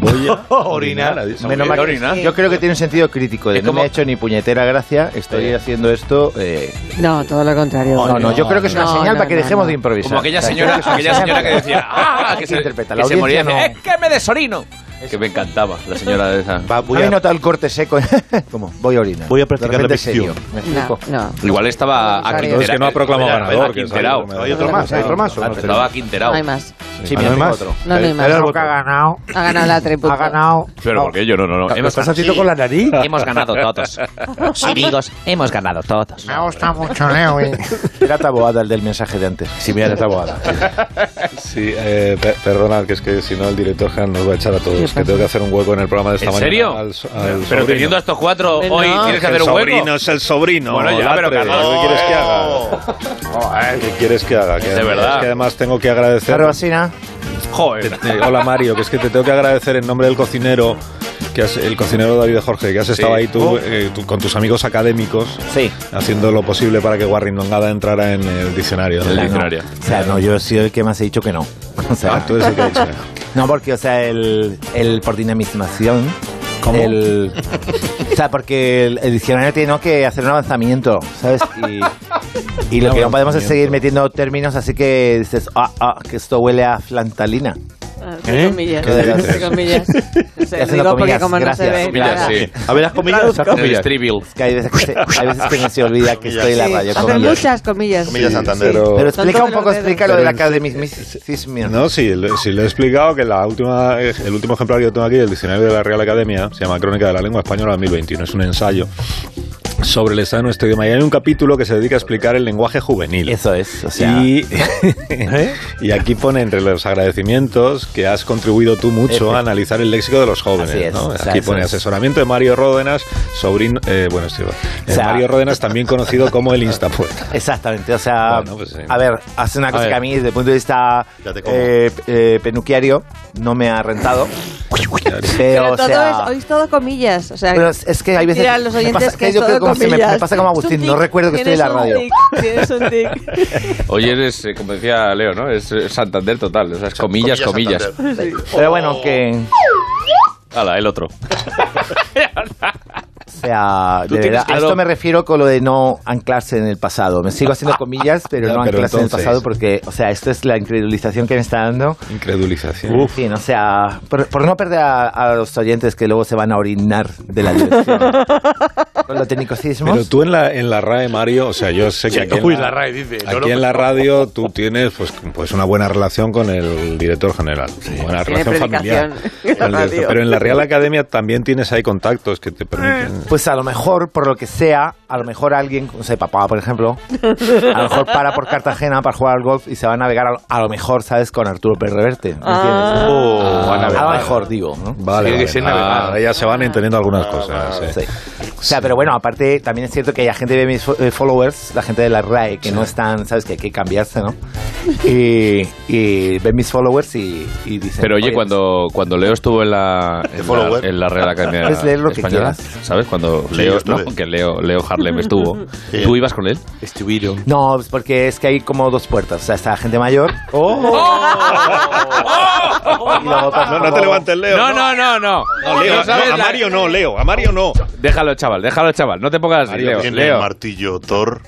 Voy a
orinar, ha dicho.
Menos mal
Voy a
que-
orinar.
Yo creo que tiene un sentido crítico. De no me ha hecho ni puñetera gracia. Estoy haciendo esto. eh,
No, todo lo contrario.
No, no, yo creo que es una
No,
señal
no,
para que
no,
dejemos
no.
de improvisar.
Como aquella
O sea, yo creo que
señora,
es una
aquella
señal
señora que
para-
decía, ¡ah! Que se,
interpreta,
que
la
se moría y
audiencia
decía,
no.
¡es que me desorino! Que me encantaba la señora de esa.
Habéis notado el corte seco. Como, voy a orinar. Voy a
practicar la
serio.
micción.
¿Me explico?
No,
Igual estaba a
Entonces,
Quintera-
que no ha proclamado
era-
ganador,
era
que
Quinterao.
sabe, ¿Hay otro más? ¿Hay otro más o no?
Estaba ¿Ah, Quinterao.
No hay más.
Sí, mira, tengo otro.
No, no hay más.
Pero el
ha ganado. Ha ganado la triple. Ha ganado.
Pero ¿por qué yo no, no, no.
¿Lo estás haciendo
Sí.
con la nariz?
Hemos ganado todos. Amigos, hemos ganado todos.
Me ha gustado mucho, Leo. eh.
Era taboada el del mensaje de antes. Sí, mira, era taboada.
Sí, eh, pe- perdonad, que es que si no el director Han nos va a echar a todos. Que tengo que hacer un hueco en el programa de esta
¿En
mañana.
serio?
al so- al
Pero
sobrino.
teniendo a estos cuatro
Hombre,
hoy,
no.
¿tienes que
El
hacer un hueco?
sobrino es el sobrino,
Bueno, ya, pero
Latre.
Carlos.
¿Qué quieres que haga? ¿Qué quieres que haga? Que
De
además-
verdad.
es que además tengo que agradecer.
Carbasina.
Joder.
Eh, Hola Mario, que es que te tengo que agradecer en nombre del cocinero, que has- el cocinero David Jorge, que has estado ahí tú,
Oh.
eh, tú- con tus amigos académicos,
sí.
haciendo lo posible para que Guarrindongada entrara en el diccionario.
El diccionario. O sea, no, yo he sido el que más he dicho que no. O sea,
Ah, tú eres el que ha dicho que no.
No, porque, o sea, el, el por dinamización.
¿Cómo?
El, o sea, porque el, el diccionario tiene ¿no? que hacer un avanzamiento, ¿sabes? Y, y lo
Un
que no podemos es
avanzamiento.
seguir metiendo términos, así que dices, ah, ah, que esto huele a flantalina.
Ah,
¿Eh?
Entre comillas.
¿Qué dices?
Entre comillas. Se
Haciendo
digo porque
comillas,
como no se
gracias.
ve.
Comillas,
claro.
sí. A ver, las comillas,
Traduzco.
esas comillas.
El Stribil.
Es que hay veces que, se, hay veces que no se olvida que estoy en la
Sí,
radio.
hacen muchas comillas. Sí, sí.
Pero-
Pero explica
todos
un poco,
los
explica lo
dedos.
del academicismo.
No, sí, le- sí, le he explicado que la última, el último ejemplar que yo tengo aquí del diccionario de la Real Academia se llama Crónica de la Lengua Española 2021. Es un ensayo sobre el estado de nuestro idioma. Y hay un capítulo que se dedica a explicar el lenguaje juvenil.
Eso es, o sea- ¿eh?
Y, y aquí pone entre los agradecimientos que has contribuido tú mucho a analizar el léxico de los jóvenes.
Así es,
¿no?
o sea,
Aquí
eso
pone
es.
asesoramiento de Mario Ródenas, sobrino... eh, bueno, sí, va. Eh,
sea-
Mario Ródenas, también conocido como el Instapuerta.
Exactamente, o sea,
Bueno, pues sí.
a ver, hace una
A
cosa
ver.
que a mí desde el punto de vista
Ya te como.
eh, eh, penuquiario no me ha rentado. pero,
Pero
o
todo
sea,
es, oís todo comillas. O sea,
pero es, es que hay veces
Mira, los
me
oyentes
pasa-
que, es
yo creo
todo
como si me,
comillas.
me pasa como Agustín, no recuerdo que estoy en la radio.
Tienes un tic.
Oye, eres, eh, como decía Leo, ¿no? Es eh, Santander total. O sea, es comillas,
comillas,
comillas.
Pero bueno, que
Hala, el otro.
o sea,
Tú
de
tienes
verdad, a
claro-
esto me refiero con lo de no anclarse en el pasado. Me sigo haciendo comillas, pero
Ya,
no
pero
anclarse en el
entonces-
pasado porque, o sea, esto es la incredulización que me está dando.
Incredulización.
En fin, o sea, por, por no perder a, a los oyentes que luego se van a orinar de la diversión. Con los tecnicismos.
Pero tú en la, en la RAE, Mario, o sea, yo sé que
Sí,
aquí,
uy,
en, la,
la RAE dice, no,
aquí
no,
en la radio tú tienes pues, pues una buena relación con el director general, buena
Tiene
relación familiar.
predicación.
Con el director.
Radio.
pero en la Real Academia también tienes ahí contactos que te permiten...
Pues a lo mejor, por lo que sea, a lo mejor alguien, no sé, papá, por ejemplo, a lo mejor para por Cartagena para jugar al golf y se va a navegar, a lo, a lo mejor, ¿sabes? Con Arturo Pérez Reverte. ¿me entiendes?
Ah. Oh, a
a, lo
navegar.
mejor, digo. ¿no?
Vale, vale. Ah, ahora ya se van entendiendo
Ah,
algunas cosas. eh.
O sea, pero bueno, aparte también es cierto que la gente de mis fo- eh, followers, la gente de la RAE, que no están, sabes que hay que cambiarse, ¿no? Y, y ven mis followers y, y dicen...
Pero oye, cuando, cuando Leo estuvo en la, en la,
follower.
en la Real Academia
Puedes leer lo que
Española, ¿sabes? Cuando
Sí, yo
Leo,
estuve.
no, que Leo, Leo Harlem estuvo,
Sí.
¿tú ibas con él?
Estuvieron. No, pues porque es que hay como dos puertas. O sea, está la gente mayor.
Oh. No, no te levantes, Leo.
No, no, no, no.
No, Leo,
No sabes
no, a
la-
Mario no, Leo, a Mario no.
Déjalo, chaval, déjalo, chaval. No te pongas así,
Mario
Leo.
tiene
Leo.
el
martillo Thor.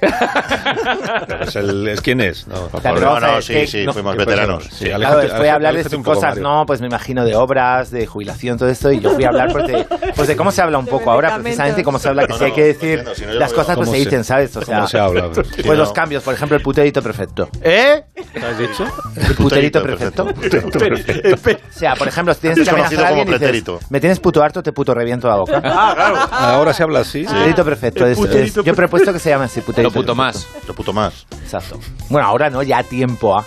Es, el- es quién es. No, por favor.
pero vamos a ver, que- no.
¿Qué pasa? Sí, aléjate-
Claro, después de hablar de
aléjate
sus
un poco,
cosas,
Mario.
no, pues me imagino de obras, de jubilación, todo esto, y yo fui a hablar pues de, pues de cómo se habla un poco ahora, precisamente cómo se habla, que
No,
si hay
no,
que
lo
decir
entiendo, si no yo
las
lo
cosas
veo.
pues se
¿Cómo se-
dicen, ¿sabes? O sea,
cómo se habla?
pues
Sí, no.
los cambios, por ejemplo, el puterito perfecto.
¿Eh?
¿Qué has dicho? El puterito perfecto. O sea, por ejemplo, si tienes
Es
que amenazar
conocido
a alguien
como
y dices,
pretérito.
me tienes puto harto, te puto reviento la boca.
Ah, claro.
Ahora se habla así.
Ah,
Puterito perfecto.
El
es-
puterito
es- yo he propuesto que se llame así, puterito
Lo puto
perfecto.
más. Lo puto más.
Exacto. Bueno, ahora no, ya a tiempo, ¿ah?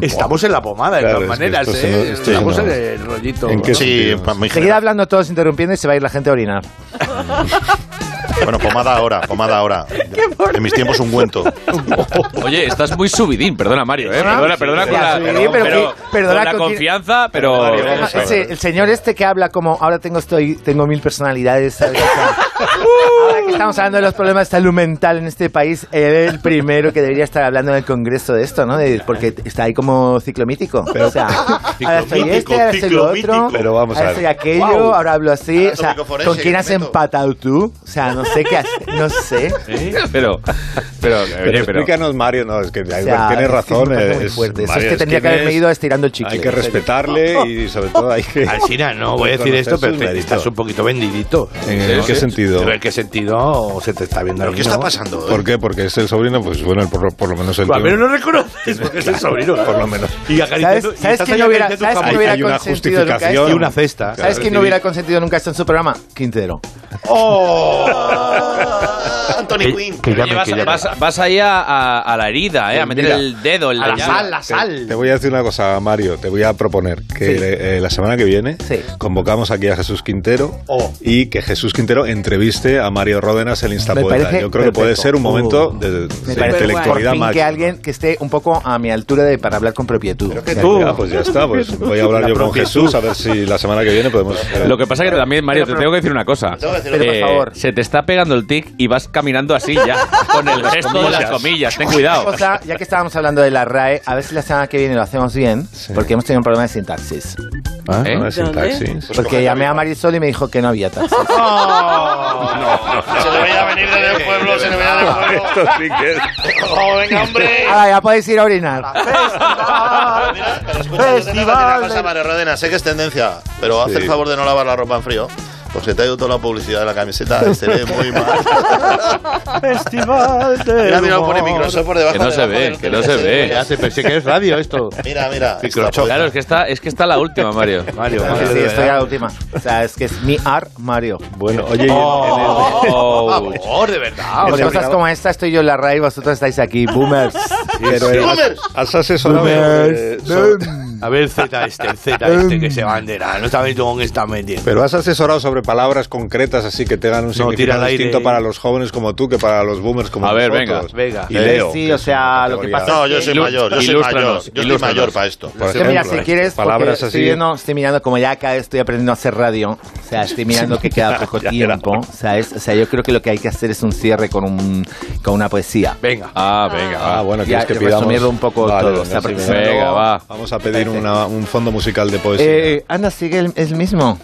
Estamos en la pomada, de
Claro, es
todas
que
maneras,
esto
¿eh?
se nos- esto se
Estamos en
nos-
el rollito.
Seguir hablando todos interrumpiendo y se va a ir la gente a orinar.
Bueno, pomada ahora, pomada ahora. En mis tiempos ungüento.
Oye, estás muy subidín, perdona Mario, ¿eh? Perdona, perdona con
Ya,
la,
subidín, pero
pero-
que- perdona
con la
con quien-
confianza, pero...
Ah, ese- el señor este que habla como ahora tengo estoy tengo mil personalidades. ¿sabes? O sea, ahora que estamos hablando de los problemas de salud mental en este país, él es el primero que debería estar hablando en el Congreso de esto, ¿no? De- porque está ahí como ciclomítico. o sea, ahora estoy
ciclomítico,
este, ahora estoy lo otro,
ciclomítico. Pero vamos a
ahora
ver.
estoy aquello,
Wow.
ahora hablo así. O sea,
Anatómico forense
¿con quién
que
has
me meto.
empatado tú? O sea, no sé qué hacer, no sé.
Pero, pero, oye,
Pero
pero-
explícanos, Mario, no, es que
O sea,
tienes razón.
Es, que es un personaje muy
es-
fuerte. Eso es
Mario,
que tendría que haberme
es-
ido estirando el chicle.
Hay que
en serio.
respetarle y sobre todo hay que.
Alcina, no voy a decir
reconocer
esto, pero
sus
te-
méritos.
estás un poquito vendidito.
¿En el qué sentido?
¿En qué sentido se te está viendo aquí, ¿no?
¿Por qué? Porque es el sobrino, pues bueno, el- por, por lo menos el.
Pues al
tío-
menos lo reconoces, porque es el sobrino.
Por lo menos.
Y
¿Sabes,
acariciando- y
¿sabes
estás
quién
ahí
no hubiera,
acariciando
¿sabes
un
quién no
cabrón.
hubiera
Hay una
consentido nunca
justificación.
esto?
Y una cesta.
¿Sabes quién no hubiera consentido nunca esto en su programa? Quintero.
¡Oh!
Anthony Quinn. vas, vas- vas ahí a, a- a la herida, ¿eh? A meter
Mira,
el dedo en la, llaga.
Te, te voy a decir una cosa, Mario. Te voy a proponer que eh, la semana que viene convocamos aquí a Jesús Quintero
Oh.
y que Jesús Quintero entreviste a Mario Ródenas, el
Me
Instapoeta.
parece
Yo creo que puede
perfecto. Uh,
ser un momento de, de
Me parece por
intelectualidad
fin
más.
que alguien que esté un poco a mi altura de, para hablar con propiedad.
Ya, pues ya está, pues voy a hablar yo con Jesús a ver si la semana que viene podemos...
Lo que pasa es que también, Mario, te tengo que decir una cosa.
decir otra cosa.
Eh,
Por favor.
Se te está pegando el tic y vas caminando así ya, con el gesto de las comillas. Ten cuidado.
O sea, ya que estábamos hablando de la RAE, a ver si la semana que viene lo hacemos bien, porque hemos tenido un problema de sintaxis.
¿Ah? ¿Eh? ¿Problema de ¿Dónde? sintaxis? Pues
Porque
coge
llamé a Marisol y me dijo que no había taxis.
Se le veía venir desde el pueblo, se le veía desde el pueblo. Oh, venga, hombre.
Ahora ya podéis ir a orinar.
Escucha, yo te tengo que decir una cosa, Mario Rodena, sé que es tendencia, pero haz
Sí.
el favor de no lavar la ropa en frío, porque te ha ido toda la publicidad de la camiseta, se ve muy mal.
Festival de.
Mira, mira, pone Microsoft por debajo.
Que no se
debajo
ve,
del
que no se
teléfono.
ve.
Ya se pensé que es radio esto. Mira, mira.
Claro, es que está, es que está la última, Mario. Mario,
Sí, sí, estoy a la última. O sea, es que es mi ar Mario. Bueno,
oye, Oh.
Oh. favor, de verdad.
Por
Oye,
cosas
mira,
como esta estoy yo en la RAE y vosotros estáis aquí, boomers.
Pero, eh, has asesorado... eh, sobre-
A ver, Z este, Z este que se bandera. No sabéis con qué está metiendo.
Pero has asesorado sobre palabras concretas así que tengan un
tira
significado
al aire.
distinto para los jóvenes como tú que para los boomers como
A ver,
nosotros.
venga, venga.
Y Leo.
Sí, o sea, lo que pasa
No,
es
yo
que-
soy mayor, yo soy mayor, yo soy mayor para esto.
Por
Es que mira,
ejemplo,
si
¿eh?
quieres, porque
palabras así.
Estoy, viendo- estoy mirando, como ya acá estoy aprendiendo a hacer radio, o sea, estoy mirando que queda poco tiempo, ¿sabes? O sea, yo creo que lo que hay que hacer es un cierre con, un, con una poesía.
Venga.
Ah, venga.
Ah, bueno,
Ya,
quieres que
ya
pidamos
resumirlo un poco
Vale,
todo, está
Venga, sí,
perfecto.
venga.
Venga, va.
Vamos a pedir una- un fondo musical de poesía.
Eh, anda, sigue el, el mismo.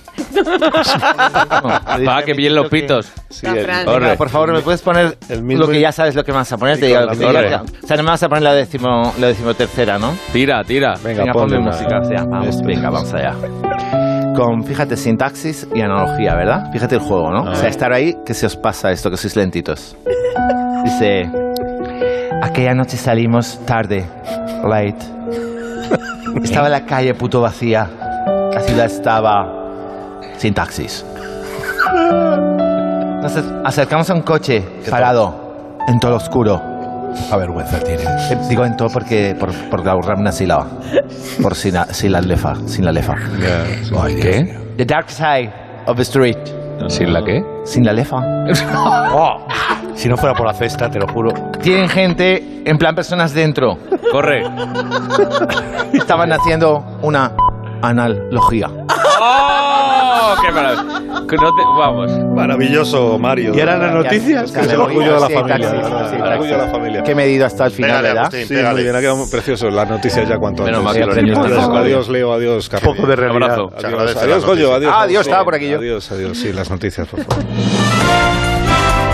Va, que bien los pitos.
Sí, el-
Venga, por favor, ¿me puedes poner lo que ya sabes lo que me vas a poner? Te digo lo que te
Corre.
diga. O sea, no me vas a poner la, décimo, la decimotercera, ¿no?
Tira, tira.
Venga, ponme música. o sea, vamos, venga, vamos allá. Con, fíjate, sintaxis y analogía, ¿verdad? Fíjate el juego, ¿no? O sea, estar ahí, que se os pasa esto, que sois lentitos. Dice, aquella noche salimos tarde, late. Estaba la calle puto vacía. La ciudad estaba sin taxis. Nos acercamos a un coche parado, en todo oscuro. A vergüenza tiene. digo en todo porque por, por ahorrarme una sílaba. Por sin, la- sin la lefa. Sin la lefa. Ay, ¿Qué? The dark side of the street. ¿Sin la qué? Sin la lefa. Oh.
Si no fuera por la cesta, te lo juro.
Tienen gente, en plan personas dentro.
Corre.
Estaban haciendo una analogía.
¡Oh! ¡Qué maravilloso! Que no te- Vamos.
Maravilloso, Mario.
Y ahora las noticias.
Es el orgullo de la familia. El orgullo de la familia.
Que me he ido hasta el final, ¿verdad?
Sí, muy bien, ha quedado precioso. Las noticias ya cuanto
Menos mal que
antes.
los niños
adiós,
están
adiós, Leo, adiós, Carlos.
poco de realidad.
Abrazo.
Se agradece
Adiós, adiós
las
Goyo,
noticias.
adiós.
Ah, adiós,
Sí,
estaba por aquí yo.
Adiós, adiós, sí, las noticias, por favor.